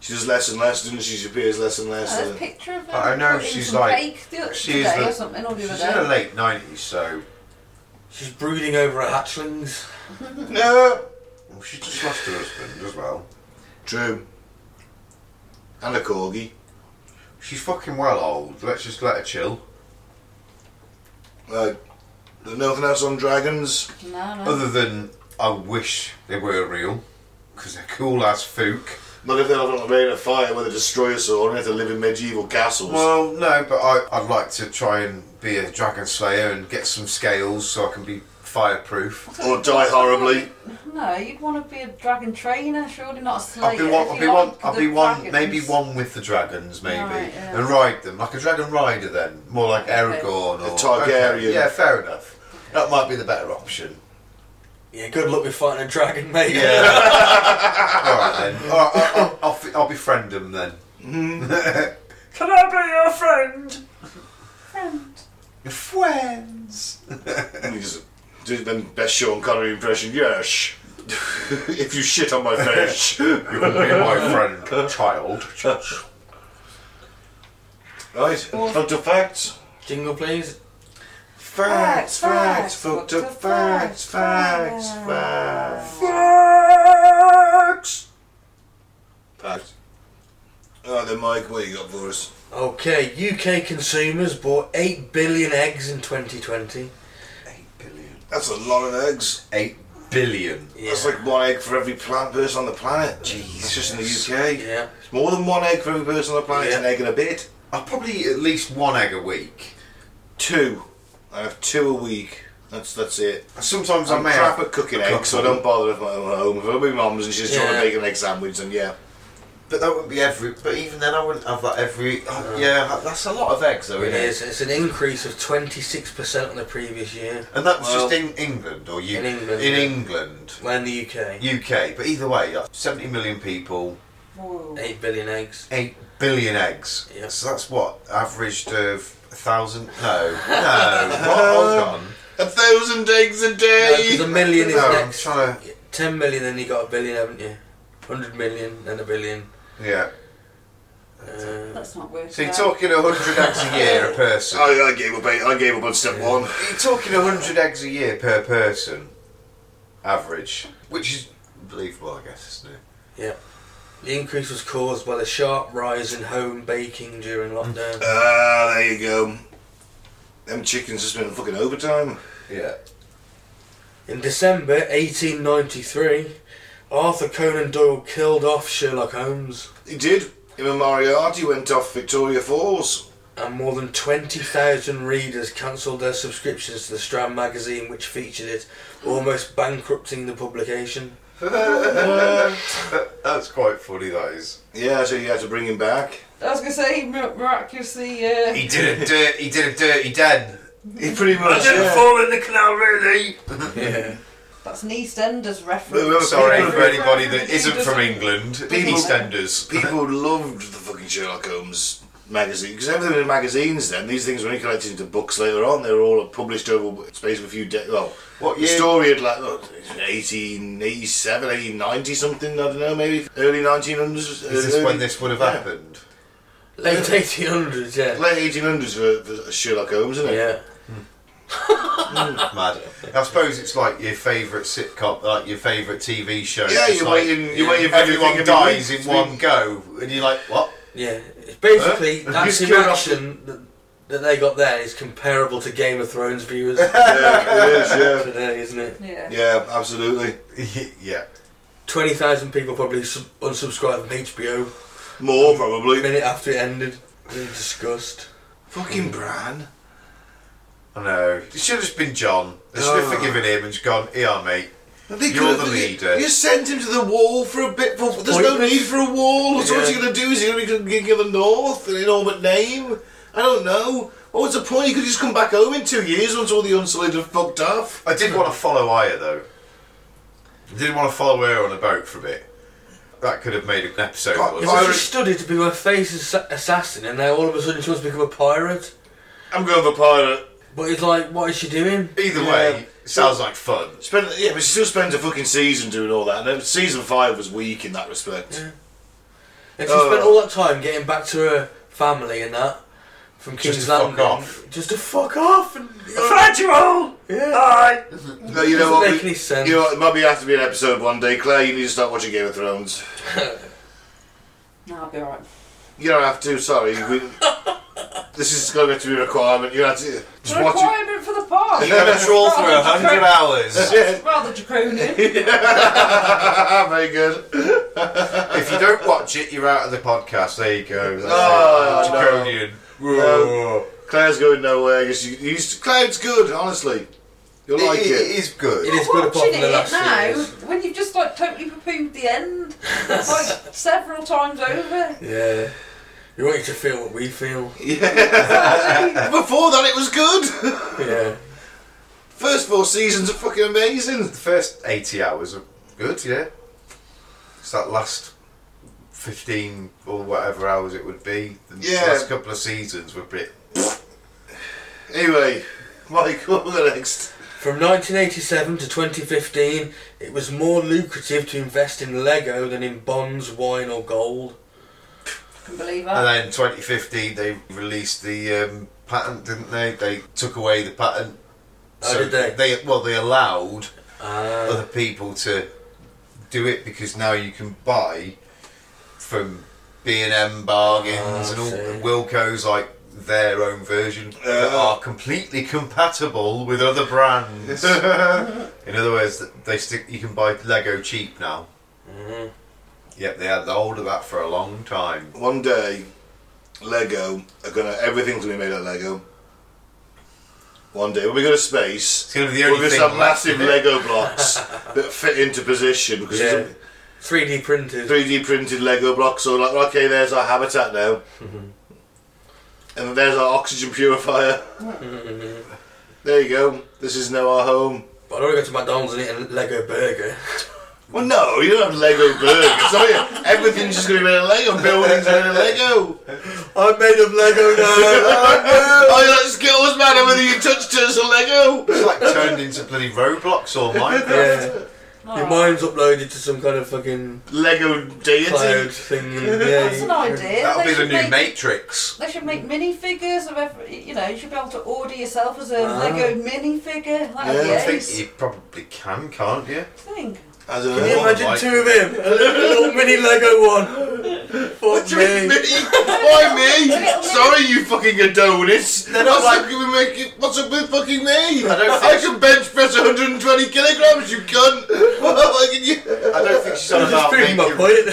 [SPEAKER 1] She does less and less, doesn't she? She appears less and less.
[SPEAKER 3] There's a
[SPEAKER 1] uh,
[SPEAKER 3] picture of her.
[SPEAKER 2] I know,
[SPEAKER 3] cooking
[SPEAKER 2] she's
[SPEAKER 3] some
[SPEAKER 2] like-
[SPEAKER 3] Cake the other
[SPEAKER 2] she is
[SPEAKER 3] day
[SPEAKER 2] the-
[SPEAKER 3] or something, or the
[SPEAKER 2] She's
[SPEAKER 3] other
[SPEAKER 2] in her
[SPEAKER 3] day.
[SPEAKER 2] late nineties, so
[SPEAKER 4] She's brooding over her hatchlings.
[SPEAKER 1] No!
[SPEAKER 2] well, she's just lost her husband as well.
[SPEAKER 1] True. And a corgi.
[SPEAKER 2] She's fucking well old. Let's just let her chill.
[SPEAKER 1] Uh, there's nothing else on dragons.
[SPEAKER 3] No, no.
[SPEAKER 2] Other than I wish they were real, because they're cool as fook.
[SPEAKER 1] Not if they're not made a fire with a destroyer sword and have to live in medieval castles.
[SPEAKER 2] Well, no, but I, I'd like to try and be a dragon slayer and get some scales so I can be fireproof.
[SPEAKER 1] or die horribly.
[SPEAKER 3] No, you'd want to be a dragon trainer, surely not a slayer.
[SPEAKER 2] I'll be one. I'll be
[SPEAKER 3] if you
[SPEAKER 2] one.
[SPEAKER 3] like
[SPEAKER 2] I'll
[SPEAKER 3] the
[SPEAKER 2] be one.
[SPEAKER 3] dragons.
[SPEAKER 2] Maybe one with the dragons, maybe,
[SPEAKER 3] Right, yeah.
[SPEAKER 2] and ride them like a dragon rider. Then more like Aragorn or
[SPEAKER 1] Targaryen.
[SPEAKER 2] Okay, Yeah, fair enough. That might be the better option.
[SPEAKER 4] Yeah, good luck with fighting a dragon, mate.
[SPEAKER 2] Yeah. All right then. All right, I'll, I'll, I'll, f- I'll befriend them then.
[SPEAKER 1] Mm-hmm.
[SPEAKER 4] Can I be your friend?
[SPEAKER 3] Friend.
[SPEAKER 2] Friends.
[SPEAKER 1] And he just did the best Sean Connery impression. Yes. if you shit on my face.
[SPEAKER 2] You can be my friend, child.
[SPEAKER 1] right. Up to facts.
[SPEAKER 4] Jingle, please.
[SPEAKER 1] Facts,
[SPEAKER 3] facts,
[SPEAKER 1] fucked
[SPEAKER 3] fucked
[SPEAKER 1] up
[SPEAKER 3] up
[SPEAKER 1] facts,
[SPEAKER 3] facts,
[SPEAKER 1] facts, facts,
[SPEAKER 2] Facts.
[SPEAKER 1] facts. Alright then, Mike, what you got for us?
[SPEAKER 4] Okay, UK consumers bought 8 billion eggs in 2020.
[SPEAKER 2] Eight billion.
[SPEAKER 1] That's a lot of eggs.
[SPEAKER 2] Eight billion.
[SPEAKER 4] Yeah.
[SPEAKER 1] That's like one egg for every plant person on the planet. Jeez. It's just in the UK.
[SPEAKER 4] yeah.
[SPEAKER 1] It's more than one egg for every person on the planet. It's an
[SPEAKER 4] Yeah.
[SPEAKER 1] egg and a bit.
[SPEAKER 2] I probably eat at least one egg a week.
[SPEAKER 1] Two. I have two a week. That's that's it.
[SPEAKER 2] Sometimes i
[SPEAKER 1] I'm
[SPEAKER 2] may
[SPEAKER 1] crap
[SPEAKER 2] have
[SPEAKER 1] at cooking
[SPEAKER 2] a
[SPEAKER 1] eggs, so I
[SPEAKER 2] couple.
[SPEAKER 1] don't bother with my own home. If I'm at my mum's and she's trying to
[SPEAKER 4] Yeah.
[SPEAKER 1] make an egg sandwich, and yeah.
[SPEAKER 2] But that wouldn't be every. But even then, I wouldn't have that every. oh, yeah, that's a lot of eggs, though,
[SPEAKER 4] It
[SPEAKER 2] isn't it?
[SPEAKER 4] is. It's an increase of 26% on the previous year.
[SPEAKER 2] And that was
[SPEAKER 1] Well,
[SPEAKER 2] just in England, or you
[SPEAKER 4] in England,
[SPEAKER 2] in
[SPEAKER 4] yeah.
[SPEAKER 2] England,
[SPEAKER 4] Well, in the UK,
[SPEAKER 2] UK. But either way, that's seventy million people,
[SPEAKER 3] Whoa.
[SPEAKER 4] 8 billion eggs.
[SPEAKER 2] eight billion eggs.
[SPEAKER 4] Yeah.
[SPEAKER 2] So that's what averaged of a thousand. No, no. what, hold on.
[SPEAKER 1] A thousand eggs a
[SPEAKER 4] No, 'cause a
[SPEAKER 1] day!
[SPEAKER 4] million is
[SPEAKER 2] No, I'm
[SPEAKER 4] next.
[SPEAKER 2] trying to.
[SPEAKER 4] 10 million, then you got a billion, haven't you? 100 million, then a billion.
[SPEAKER 2] Yeah.
[SPEAKER 4] Uh,
[SPEAKER 3] That's not worth
[SPEAKER 2] So you're
[SPEAKER 3] it.
[SPEAKER 2] talking hundred eggs a year a person.
[SPEAKER 1] I, I gave up. I gave up on step one.
[SPEAKER 2] You're talking hundred eggs a year per person, average, which is believable, I guess, isn't it?
[SPEAKER 4] the increase was caused by the sharp rise in home baking during lockdown.
[SPEAKER 1] Ah, there you go. Them chickens has been fucking overtime.
[SPEAKER 2] Yeah.
[SPEAKER 4] In December 1893, Arthur Conan Doyle killed off Sherlock Holmes,
[SPEAKER 1] He did. Him and Moriarty went off Victoria Falls.
[SPEAKER 4] and more than 20,000 readers cancelled their subscriptions to the Strand magazine, which featured it, almost bankrupting the publication.
[SPEAKER 2] That's quite funny, that is.
[SPEAKER 1] Yeah, so you had to bring him back.
[SPEAKER 3] I was going to say, mi- miraculously, uh,
[SPEAKER 2] He did a dirt. He did a dirty den.
[SPEAKER 1] He pretty much. yeah.
[SPEAKER 4] fall in the canal, really! yeah.
[SPEAKER 3] that's an EastEnders
[SPEAKER 1] Well, well,
[SPEAKER 3] reference.
[SPEAKER 2] Sorry
[SPEAKER 1] People-
[SPEAKER 2] for anybody that isn't from England.
[SPEAKER 1] People-
[SPEAKER 2] EastEnders.
[SPEAKER 1] People loved the fucking Sherlock Holmes magazine because everything was in magazines then. These things were only collected into books later on. They were all published over a space of a few days. Well,
[SPEAKER 2] What
[SPEAKER 1] the
[SPEAKER 2] year?
[SPEAKER 1] story had like oh, 1887, 1890 something. I don't know, maybe early 1900s.
[SPEAKER 2] Is this
[SPEAKER 1] early-
[SPEAKER 2] when this would have
[SPEAKER 1] Yeah.
[SPEAKER 2] happened?
[SPEAKER 4] Late 1800s, yeah.
[SPEAKER 1] Late 1800s for, for Sherlock Holmes, isn't it?
[SPEAKER 4] Yeah.
[SPEAKER 2] Mad. I suppose it's like your favourite sitcom, like your favourite TV show.
[SPEAKER 1] Yeah,
[SPEAKER 2] It's
[SPEAKER 1] you're
[SPEAKER 2] like
[SPEAKER 1] waiting. You're waiting. For
[SPEAKER 2] Everyone
[SPEAKER 1] everything every
[SPEAKER 2] dies
[SPEAKER 1] week
[SPEAKER 2] in
[SPEAKER 1] to
[SPEAKER 2] one
[SPEAKER 1] be-
[SPEAKER 2] go, and you're like, what?
[SPEAKER 4] Yeah, it's basically
[SPEAKER 1] Huh?
[SPEAKER 4] that
[SPEAKER 1] Just kill off
[SPEAKER 4] interaction that, that they got there is comparable to Game of Thrones viewers
[SPEAKER 1] Yeah, it is, yeah.
[SPEAKER 4] today, isn't it?
[SPEAKER 3] Yeah.
[SPEAKER 1] Yeah, absolutely.
[SPEAKER 2] yeah.
[SPEAKER 4] Twenty thousand people probably sub- unsubscribed from HBO
[SPEAKER 1] More
[SPEAKER 4] the
[SPEAKER 1] probably.
[SPEAKER 4] minute after it ended in disgust.
[SPEAKER 2] Mm.
[SPEAKER 1] Fucking Bran.
[SPEAKER 2] I know. It should have just been John. They should have
[SPEAKER 1] Oh.
[SPEAKER 2] forgiven him and just gone, yeah, mate.
[SPEAKER 1] They
[SPEAKER 2] You're
[SPEAKER 1] could've-
[SPEAKER 2] the
[SPEAKER 1] they-
[SPEAKER 2] leader.
[SPEAKER 1] You sent him to the wall for a bit. For, there's no
[SPEAKER 4] Pointless.
[SPEAKER 1] need for a wall. So what
[SPEAKER 4] Yeah.
[SPEAKER 1] you're going to do is you're going to give the North an inordinate name. I don't know. What was the point? You could just come back home in two years once all the Unsullied have fucked off.
[SPEAKER 2] I did want to follow Aya though. I did want to follow her on a boat for a bit. That could have made an episode.
[SPEAKER 1] God,
[SPEAKER 2] wasn't it?
[SPEAKER 4] Yeah, but
[SPEAKER 1] Pirate-
[SPEAKER 4] she studied to be my face assa- assassin, and now all of a sudden she wants to become a pirate.
[SPEAKER 1] I'm going for pirate.
[SPEAKER 4] But it's like, what is she doing?
[SPEAKER 2] Either
[SPEAKER 1] Yeah.
[SPEAKER 2] way, it sounds like fun.
[SPEAKER 1] Spend, yeah, but she still spends a fucking season doing all that. And then season five was weak in that respect.
[SPEAKER 4] Yeah. And she
[SPEAKER 1] Oh.
[SPEAKER 4] spent all that time getting back to her family and that from King's
[SPEAKER 2] Just to fuck
[SPEAKER 4] Landing,
[SPEAKER 2] off.
[SPEAKER 4] just to fuck off. And,
[SPEAKER 1] Fragile.
[SPEAKER 4] yeah.
[SPEAKER 1] Bye. No, you know
[SPEAKER 4] Doesn't
[SPEAKER 1] what?
[SPEAKER 4] make
[SPEAKER 1] we-
[SPEAKER 4] any sense.
[SPEAKER 1] You know, what, it might be have to be an episode one day, Claire. You need to start watching Game of Thrones.
[SPEAKER 3] No, I'll be alright.
[SPEAKER 1] You don't have to, sorry. We, this is going to have to be a requirement. You have to
[SPEAKER 3] It's
[SPEAKER 1] just
[SPEAKER 3] a
[SPEAKER 1] watch it.
[SPEAKER 3] requirement for the pod.
[SPEAKER 2] You're going to trawl through a hundred hours.
[SPEAKER 3] It's rather draconian.
[SPEAKER 1] Very good.
[SPEAKER 2] If you don't watch it, you're out of the podcast. There you go. That's
[SPEAKER 1] Oh,
[SPEAKER 2] it.
[SPEAKER 1] no.
[SPEAKER 2] Draconian. Whoa.
[SPEAKER 1] Claire's going nowhere. You should- you used to- Claire's good, honestly. You'll like
[SPEAKER 2] It- it
[SPEAKER 1] it.
[SPEAKER 2] is good.
[SPEAKER 4] It is good apart
[SPEAKER 3] Watching
[SPEAKER 4] from the
[SPEAKER 3] it
[SPEAKER 4] last
[SPEAKER 3] now,
[SPEAKER 4] series.
[SPEAKER 3] when you've just like totally poo-pooed the end, like several times over.
[SPEAKER 4] Yeah. You want you to feel what we feel.
[SPEAKER 3] Exactly.
[SPEAKER 1] Before that, it was good.
[SPEAKER 4] Yeah.
[SPEAKER 1] First four seasons are fucking amazing.
[SPEAKER 2] The first 80 hours are good, yeah. It's that last 15 or whatever hours it would be. The
[SPEAKER 1] Yeah.
[SPEAKER 2] last couple of seasons were a bit.
[SPEAKER 1] Anyway, Mike, what was the next?
[SPEAKER 4] From 1987 to 2015, it was more lucrative to invest in Lego than in bonds, wine, or gold.
[SPEAKER 3] Can believe
[SPEAKER 2] And
[SPEAKER 3] that.
[SPEAKER 2] then 2015, they released the um, patent, didn't they? They took away the patent.
[SPEAKER 4] Oh, did they?
[SPEAKER 2] Well, they allowed
[SPEAKER 4] Uh,
[SPEAKER 2] other people to do it because now you can buy from B&M bargains
[SPEAKER 4] Ah,
[SPEAKER 2] and all
[SPEAKER 4] I
[SPEAKER 2] and
[SPEAKER 4] see.
[SPEAKER 2] Wilco's like their own version that
[SPEAKER 1] Ah.
[SPEAKER 2] are completely compatible with other brands. In other words, th- they stick you can buy Lego cheap now.
[SPEAKER 4] mhm.
[SPEAKER 2] Yep, they had the hold of that for a long time.
[SPEAKER 1] One day, Lego are gonna everything's gonna be made out of Lego. One day, when we go to space,
[SPEAKER 2] It's going to be the
[SPEAKER 1] we're
[SPEAKER 2] only
[SPEAKER 1] gonna
[SPEAKER 2] thing
[SPEAKER 1] have
[SPEAKER 2] left,
[SPEAKER 1] massive
[SPEAKER 2] isn't it?
[SPEAKER 1] Lego blocks that fit into position because
[SPEAKER 4] Yeah.
[SPEAKER 1] there's
[SPEAKER 4] 3D
[SPEAKER 1] a
[SPEAKER 4] printed.
[SPEAKER 1] 3D printed Lego blocks. So like, okay, there's our habitat now,
[SPEAKER 2] Mm-hmm.
[SPEAKER 1] and there's our oxygen purifier.
[SPEAKER 2] Mm-hmm.
[SPEAKER 1] There you go. This is now our home.
[SPEAKER 4] But I don't want to go to McDonald's and eat a Lego burger.
[SPEAKER 1] Well, no, you don't have Lego burgers, are you? Everything's just going to be made of Lego. Buildings are made of Lego.
[SPEAKER 4] I'm made of Lego now!
[SPEAKER 1] oh, you're like skills, man. Everything you touch turns to Lego.
[SPEAKER 2] It's like turned into bloody Roblox or Minecraft.
[SPEAKER 4] yeah.
[SPEAKER 3] Oh,
[SPEAKER 4] Your mind's uploaded to some kind of fucking
[SPEAKER 1] Lego deity.
[SPEAKER 4] cloud thing. and- Yeah,
[SPEAKER 3] That's
[SPEAKER 4] you-
[SPEAKER 3] an idea.
[SPEAKER 2] uh, That'll
[SPEAKER 3] They
[SPEAKER 2] be the
[SPEAKER 3] should
[SPEAKER 2] new
[SPEAKER 3] make-
[SPEAKER 2] Matrix.
[SPEAKER 3] They should make minifigures of every. You know, you should be able to order yourself as a
[SPEAKER 4] Ah.
[SPEAKER 3] Lego minifigure. That would
[SPEAKER 1] Yeah,
[SPEAKER 3] be
[SPEAKER 2] I
[SPEAKER 3] ace.
[SPEAKER 2] think you probably can, can't you?
[SPEAKER 3] Thing.
[SPEAKER 1] I don't
[SPEAKER 4] Can
[SPEAKER 1] know.
[SPEAKER 4] you imagine
[SPEAKER 2] Like-
[SPEAKER 4] two of him? A little mini Lego one. Fuck
[SPEAKER 1] Me?
[SPEAKER 4] me.
[SPEAKER 1] Why me? Sorry, you fucking Adonis.
[SPEAKER 2] They're
[SPEAKER 1] what's
[SPEAKER 2] not
[SPEAKER 1] up
[SPEAKER 2] like-
[SPEAKER 1] with making, What's up with fucking me?
[SPEAKER 2] I don't
[SPEAKER 1] I
[SPEAKER 2] think-
[SPEAKER 1] can bench press 120 kilograms. You cunt. Why can you?
[SPEAKER 2] I don't think she's on
[SPEAKER 4] Just
[SPEAKER 2] about
[SPEAKER 4] proving
[SPEAKER 2] making
[SPEAKER 4] my point.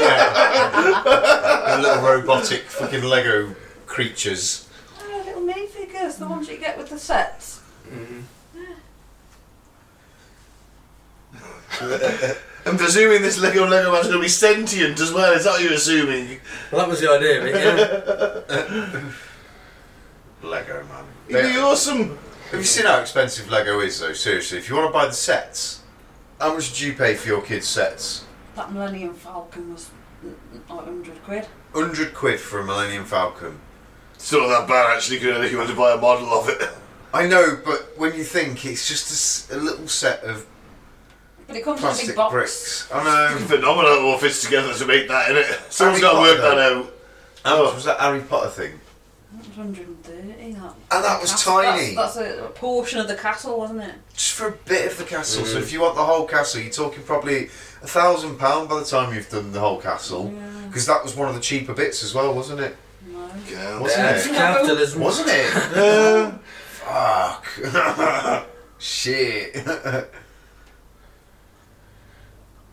[SPEAKER 2] Yeah. A little robotic fucking Lego creatures.
[SPEAKER 3] Oh, little minifigures, the ones you get with the sets.
[SPEAKER 1] I'm presuming this Lego Lego man's going to be sentient as well. Is that what you're assuming?
[SPEAKER 4] Well, that was the idea of it, yeah.
[SPEAKER 2] Lego man.
[SPEAKER 1] It'd be awesome.
[SPEAKER 2] have you seen how expensive Lego is though? Seriously, if you want to buy the sets, how much do you pay for your kids' sets?
[SPEAKER 3] That Millennium Falcon was mm, mm, like 100 quid.
[SPEAKER 2] Hundred quid for a Millennium Falcon.
[SPEAKER 1] It's not that bad actually, Could if you want to buy a model of it.
[SPEAKER 2] I know, but when you think it's just a s- a, little set of
[SPEAKER 3] But it comes in a
[SPEAKER 2] plastic
[SPEAKER 3] big box.
[SPEAKER 2] bricks. I know.
[SPEAKER 1] uh, Phenomenal all fits together to make that, innit? Someone's got to
[SPEAKER 2] Harry
[SPEAKER 1] work
[SPEAKER 2] Potter,
[SPEAKER 1] that out.
[SPEAKER 2] How
[SPEAKER 1] Oh.
[SPEAKER 2] much was that Harry Potter thing?
[SPEAKER 3] That was 130. That.
[SPEAKER 2] And that was
[SPEAKER 3] Castle-
[SPEAKER 2] tiny.
[SPEAKER 3] That's, that's a portion of the castle, wasn't it?
[SPEAKER 2] just for a bit of the castle. So if you want the whole castle, you're talking probably a thousand pound by the time you've done the whole castle,
[SPEAKER 3] Yeah.
[SPEAKER 2] because that was one of the cheaper bits as well, wasn't it?
[SPEAKER 3] No.
[SPEAKER 1] Yeah.
[SPEAKER 2] Wasn't
[SPEAKER 4] That's
[SPEAKER 2] it?
[SPEAKER 4] capitalism.
[SPEAKER 2] Wasn't it? Fuck. Shit. Uh,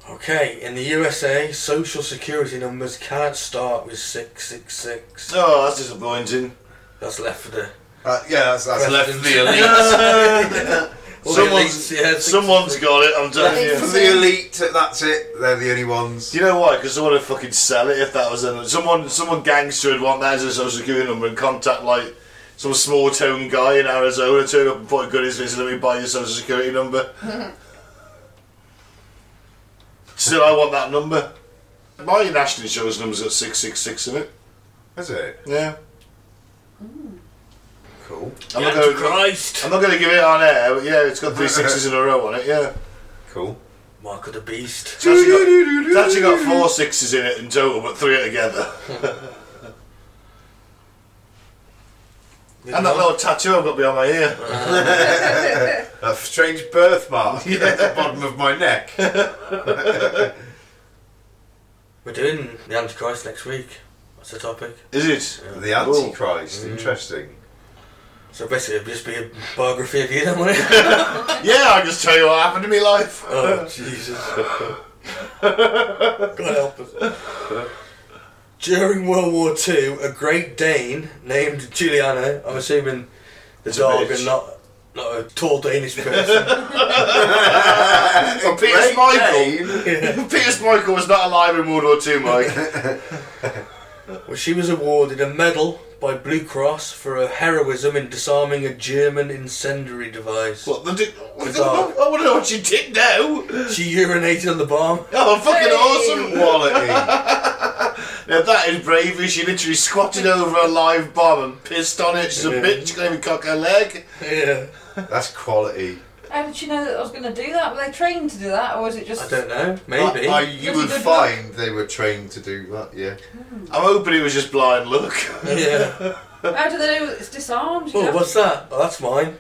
[SPEAKER 4] Okay, in the USA, social security numbers cannot start with 666.
[SPEAKER 1] Oh, that's disappointing.
[SPEAKER 4] That's left for the.
[SPEAKER 2] Uh, yeah, that's, that's left for the elite.
[SPEAKER 1] someone's
[SPEAKER 4] all the elites, yeah, six-
[SPEAKER 1] someone's got it, I'm telling
[SPEAKER 2] for
[SPEAKER 1] you.
[SPEAKER 2] the elite, that's it. They're the only ones.
[SPEAKER 1] Do you know why? Because someone would fucking sell it if that was in someone. Someone gangster would want that as a social security number and contact like some small town guy in Arizona, turn up and point a gun in his face and let me buy your social security number. Still, I want that number. My national insurance number's got six six six in it.
[SPEAKER 2] Is it?
[SPEAKER 1] Yeah.
[SPEAKER 2] Cool.
[SPEAKER 1] I'm not, gonna,
[SPEAKER 4] Christ!
[SPEAKER 1] I'm not gonna give it on air, but yeah, it's got three sixes in a row on it, yeah.
[SPEAKER 2] Cool.
[SPEAKER 4] Mark of the Beast.
[SPEAKER 1] It's actually got, it's actually got four sixes in it in total, but three are together. And that little tattoo I've got behind my ear.
[SPEAKER 2] A strange birthmark at the bottom of my neck.
[SPEAKER 4] We're doing the Antichrist next week. That's the topic.
[SPEAKER 1] Is it?
[SPEAKER 2] The Antichrist, interesting.
[SPEAKER 4] So basically, it'd just be a biography of you, then, wouldn't it?
[SPEAKER 1] Yeah, I just tell you what happened to me life.
[SPEAKER 4] oh, Jesus. God help us. During World War II, a Great Dane named Giuliano, I'm assuming the
[SPEAKER 1] It's a
[SPEAKER 4] dog
[SPEAKER 1] bitch.
[SPEAKER 4] and not, not a tall Danish person.
[SPEAKER 1] Well, Peter
[SPEAKER 2] Great
[SPEAKER 1] Michael.
[SPEAKER 2] Dane.
[SPEAKER 4] Yeah.
[SPEAKER 1] Peter Michael was not alive in World War Two, Mike.
[SPEAKER 4] Well, she was awarded a medal by Blue Cross for her heroism in disarming a German incendiary device.
[SPEAKER 1] what the? Di- I
[SPEAKER 4] It's all-
[SPEAKER 1] want to know what you did now.
[SPEAKER 4] She urinated on the bomb.
[SPEAKER 1] Oh, fucking
[SPEAKER 3] Hey.
[SPEAKER 1] awesome!
[SPEAKER 2] Quality.
[SPEAKER 1] Now that is bravery. She literally squatted over a live bomb and pissed on it. She's a
[SPEAKER 4] Yeah.
[SPEAKER 1] bitch. She can't even cock her leg.
[SPEAKER 4] Yeah.
[SPEAKER 2] That's quality.
[SPEAKER 3] How did she know that I was going to do that? Were they trained to do that, or was it just?
[SPEAKER 4] I don't know. Maybe.
[SPEAKER 2] I, I- you
[SPEAKER 3] That's a
[SPEAKER 2] would
[SPEAKER 3] good look.
[SPEAKER 2] find they were trained to do that, yeah.
[SPEAKER 1] I'm hoping it was just blind luck.
[SPEAKER 4] yeah.
[SPEAKER 3] How do they know that it's disarmed? You
[SPEAKER 4] Oh,
[SPEAKER 3] know?
[SPEAKER 4] what's that? Oh, that's mine.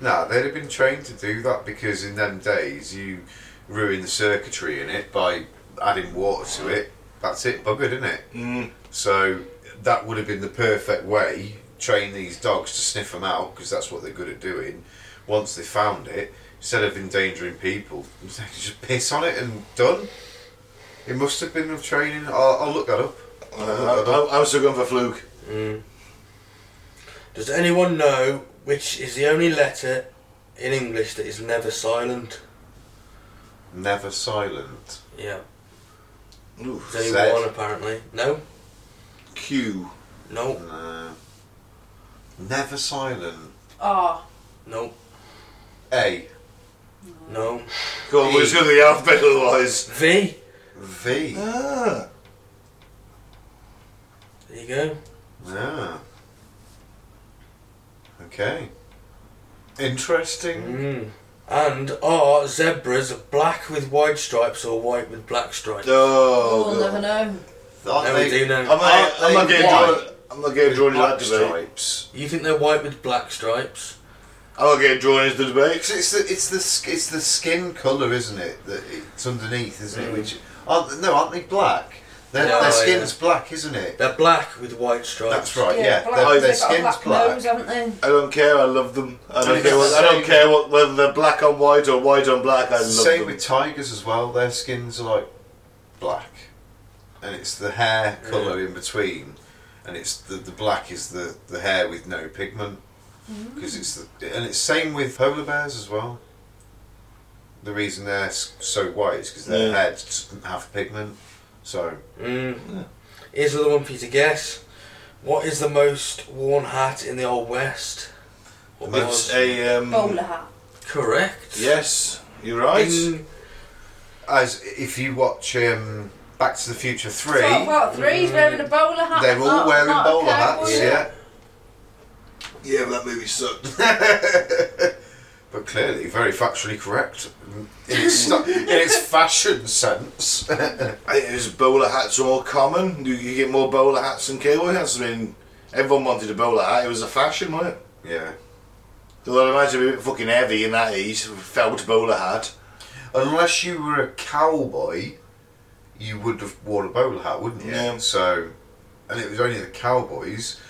[SPEAKER 2] Nah, they'd have been trained to do that because in them days you ruin the circuitry in it by adding water to it. That's it, buggered, isn't it?
[SPEAKER 1] Mm.
[SPEAKER 2] So that would have been the perfect way. Train these dogs to sniff them out because that's what they're good at doing. Once they found it, instead of endangering people, they could just piss on it and done. It must have been of training. I'll, I'll look that up.
[SPEAKER 1] Uh, I'm- I'm still going for fluke.
[SPEAKER 4] Does anyone know which is the only letter in English that is never silent?
[SPEAKER 2] Never silent.
[SPEAKER 4] Yeah.
[SPEAKER 1] Ooh,
[SPEAKER 4] There's
[SPEAKER 2] Zed.
[SPEAKER 4] only one apparently. No.
[SPEAKER 1] Q.
[SPEAKER 4] No.
[SPEAKER 2] Nah. Uh, Never silent.
[SPEAKER 3] Ah,
[SPEAKER 4] No.
[SPEAKER 2] A.
[SPEAKER 4] No.
[SPEAKER 1] Go on, we're just going to the alphabet otherwise.
[SPEAKER 4] V.
[SPEAKER 2] V.
[SPEAKER 1] Ah.
[SPEAKER 4] There you go.
[SPEAKER 2] Ah. Okay. Interesting.
[SPEAKER 4] Mm. And are zebras black with white stripes or white with black stripes?
[SPEAKER 1] Oh,
[SPEAKER 3] we'll
[SPEAKER 1] God.
[SPEAKER 3] never know.
[SPEAKER 2] Aren't
[SPEAKER 4] No, we do know.
[SPEAKER 1] I'm, not, I'm not
[SPEAKER 2] Aren't they
[SPEAKER 1] getting
[SPEAKER 2] white?
[SPEAKER 1] drawn. I'm not getting drawn into that
[SPEAKER 2] Black
[SPEAKER 1] debate.
[SPEAKER 2] stripes.
[SPEAKER 4] You think they're white with black stripes?
[SPEAKER 1] I'm not getting drawn into the debate.
[SPEAKER 2] 'Cause It's the it's the sk- it's the skin colour, isn't it? That it's underneath, isn't it? Which aren't no, aren't they black? Their,
[SPEAKER 4] No,
[SPEAKER 2] their
[SPEAKER 4] yeah.
[SPEAKER 2] skin's black, isn't it?
[SPEAKER 4] They're black with white stripes.
[SPEAKER 2] That's right. Yeah,
[SPEAKER 3] black,
[SPEAKER 2] their,
[SPEAKER 3] they've
[SPEAKER 2] their
[SPEAKER 3] got a
[SPEAKER 2] skin's
[SPEAKER 3] black,
[SPEAKER 2] black.
[SPEAKER 3] nose, haven't they?
[SPEAKER 1] I don't care. I love them. I
[SPEAKER 2] And
[SPEAKER 1] don't
[SPEAKER 2] it's
[SPEAKER 1] care. What, I
[SPEAKER 2] the
[SPEAKER 1] don't
[SPEAKER 2] same-
[SPEAKER 1] care what, whether they're black on white or white on black. I love
[SPEAKER 2] Same
[SPEAKER 1] them.
[SPEAKER 2] with tigers as well. Their skins are like black, and it's the hair colour in between, and it's the, the black is the, the hair with no pigment
[SPEAKER 3] Mm.
[SPEAKER 2] because it's the and it's same with polar bears as well. The reason they're s- so white is because their
[SPEAKER 1] Yeah.
[SPEAKER 2] hair doesn't have pigment. So
[SPEAKER 4] Mm. Here's another one for you to guess. What is the most worn hat in the Old West? What
[SPEAKER 1] It's
[SPEAKER 4] was-
[SPEAKER 1] a
[SPEAKER 2] Mm.
[SPEAKER 3] Bowler
[SPEAKER 1] um,
[SPEAKER 3] hat.
[SPEAKER 4] Correct.
[SPEAKER 1] yes. You're right.
[SPEAKER 4] Ding.
[SPEAKER 2] as if you watch um, Back to the Future three, Mm.
[SPEAKER 3] Well, well, three's wearing a bowler hat.
[SPEAKER 2] they're all
[SPEAKER 3] not-
[SPEAKER 2] wearing
[SPEAKER 3] not a
[SPEAKER 2] bowler
[SPEAKER 3] cowboy
[SPEAKER 2] hats.
[SPEAKER 3] hat.
[SPEAKER 2] Yeah.
[SPEAKER 1] Yeah, but that movie sucked.
[SPEAKER 2] But clearly, very factually correct in its, stu- in its fashion sense.
[SPEAKER 1] it was bowler hats were more common. You, you get more bowler hats than cowboy hats. I mean, everyone wanted a bowler hat. It was a fashion, wasn't it?
[SPEAKER 2] yeah.
[SPEAKER 1] Well, I imagine it'd be fucking heavy in that ease. Felt bowler hat.
[SPEAKER 2] Unless you were a cowboy, you would have worn a bowler hat, wouldn't you?
[SPEAKER 1] Yeah.
[SPEAKER 2] So, and it was only the cowboys,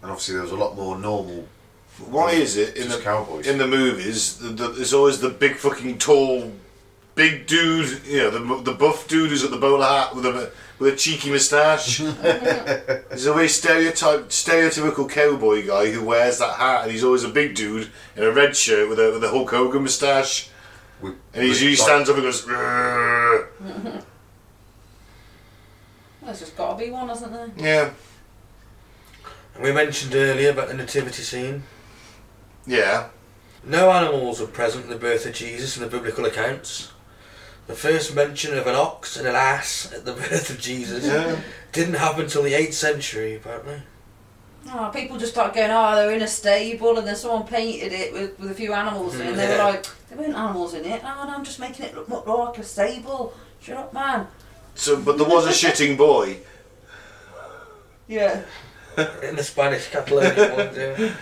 [SPEAKER 2] and obviously there was a lot more normal.
[SPEAKER 1] Why is it in
[SPEAKER 2] Just
[SPEAKER 1] the
[SPEAKER 2] cowboys.
[SPEAKER 1] in the movies? The, the, there's always the big fucking tall, big dude. You know, the mu- the buff dude who's got the bowler hat with a with a cheeky moustache. There's a very stereotype, stereotypical cowboy guy who wears that hat, and he's always a big dude in a red shirt with a with a Hulk Hogan moustache,
[SPEAKER 2] With,
[SPEAKER 1] and he's, he
[SPEAKER 2] with, like,
[SPEAKER 1] stands up and goes. "Rrrr."
[SPEAKER 3] There's just got to be one, hasn't there?
[SPEAKER 1] Yeah,
[SPEAKER 4] And we mentioned earlier about the nativity scene.
[SPEAKER 1] yeah.
[SPEAKER 4] No animals were present at the birth of Jesus in the biblical accounts. The first mention of an ox and an ass at the birth of Jesus
[SPEAKER 1] Yeah.
[SPEAKER 4] didn't happen till the 8th century, apparently.
[SPEAKER 3] Oh, people just start going, oh, they're in a stable, and then someone painted it with, with a few animals
[SPEAKER 2] Mm.
[SPEAKER 3] in it, and they
[SPEAKER 4] Yeah.
[SPEAKER 3] were like, there weren't animals in it. Oh, no, I'm just making it look more like a stable. Shut up, man.
[SPEAKER 1] So, but there was a shitting boy.
[SPEAKER 3] Yeah.
[SPEAKER 4] In the Spanish Catalonian one, yeah.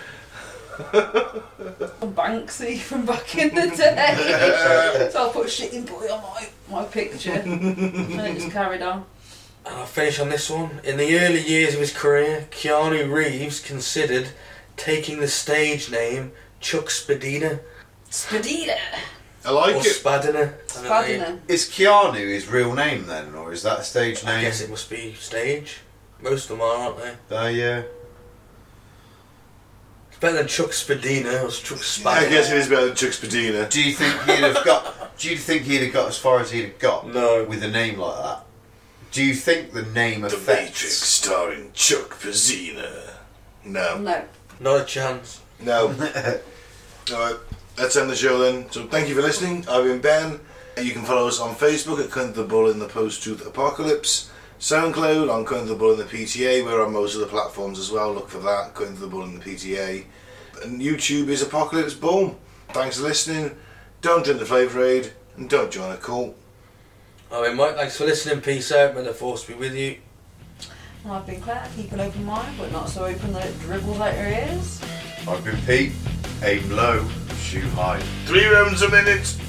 [SPEAKER 3] I'm Banksy from back in the day. so I put shitty boy on my, my picture. and it just carried on.
[SPEAKER 4] And I'll finish on this one. In the early years of his career, Keanu Reeves considered taking the stage name Chuck Spadina
[SPEAKER 3] Spadina.
[SPEAKER 1] I like
[SPEAKER 4] or
[SPEAKER 1] it.
[SPEAKER 4] Spadina. I don't know.
[SPEAKER 3] Spadina.
[SPEAKER 2] Is Keanu his real name then, or is that a stage
[SPEAKER 4] I
[SPEAKER 2] name?
[SPEAKER 4] guess it must be stage. Most of them are, aren't they?
[SPEAKER 2] Oh yeah.
[SPEAKER 4] It's better than Chuck Spadina or Chuck
[SPEAKER 1] I
[SPEAKER 4] Spadina.
[SPEAKER 1] guess it is better than Chuck Spadina.
[SPEAKER 2] Do you think he'd have got? Do you think he'd have got as far as he'd have got?
[SPEAKER 4] No.
[SPEAKER 2] With a name like that, do you think the name
[SPEAKER 1] The
[SPEAKER 2] affects?
[SPEAKER 1] Matrix starring Chuck Pazina. No.
[SPEAKER 3] No.
[SPEAKER 4] Not a chance.
[SPEAKER 1] No. Alright, let's end the show then. So thank you for listening. I've been Ben. You can follow us on Facebook at Cunt the Bull in the Post Truth Apocalypse. SoundCloud on Cunt the Bull in the PTA. We're on most of the platforms as well. Look for that, Cunt the Bull in the PTA. And YouTube is Apocalypse Boom. Thanks for listening. Don't drink the flavour aid and don't join a cult.
[SPEAKER 4] I mean, Mike, thanks for listening. Peace out. May the force be with you.
[SPEAKER 3] And I've been glad keep an open mind, but not so open that it dribbles out your ears.
[SPEAKER 2] I've been Pete. Aim low, shoot high.
[SPEAKER 1] Three rounds a minute.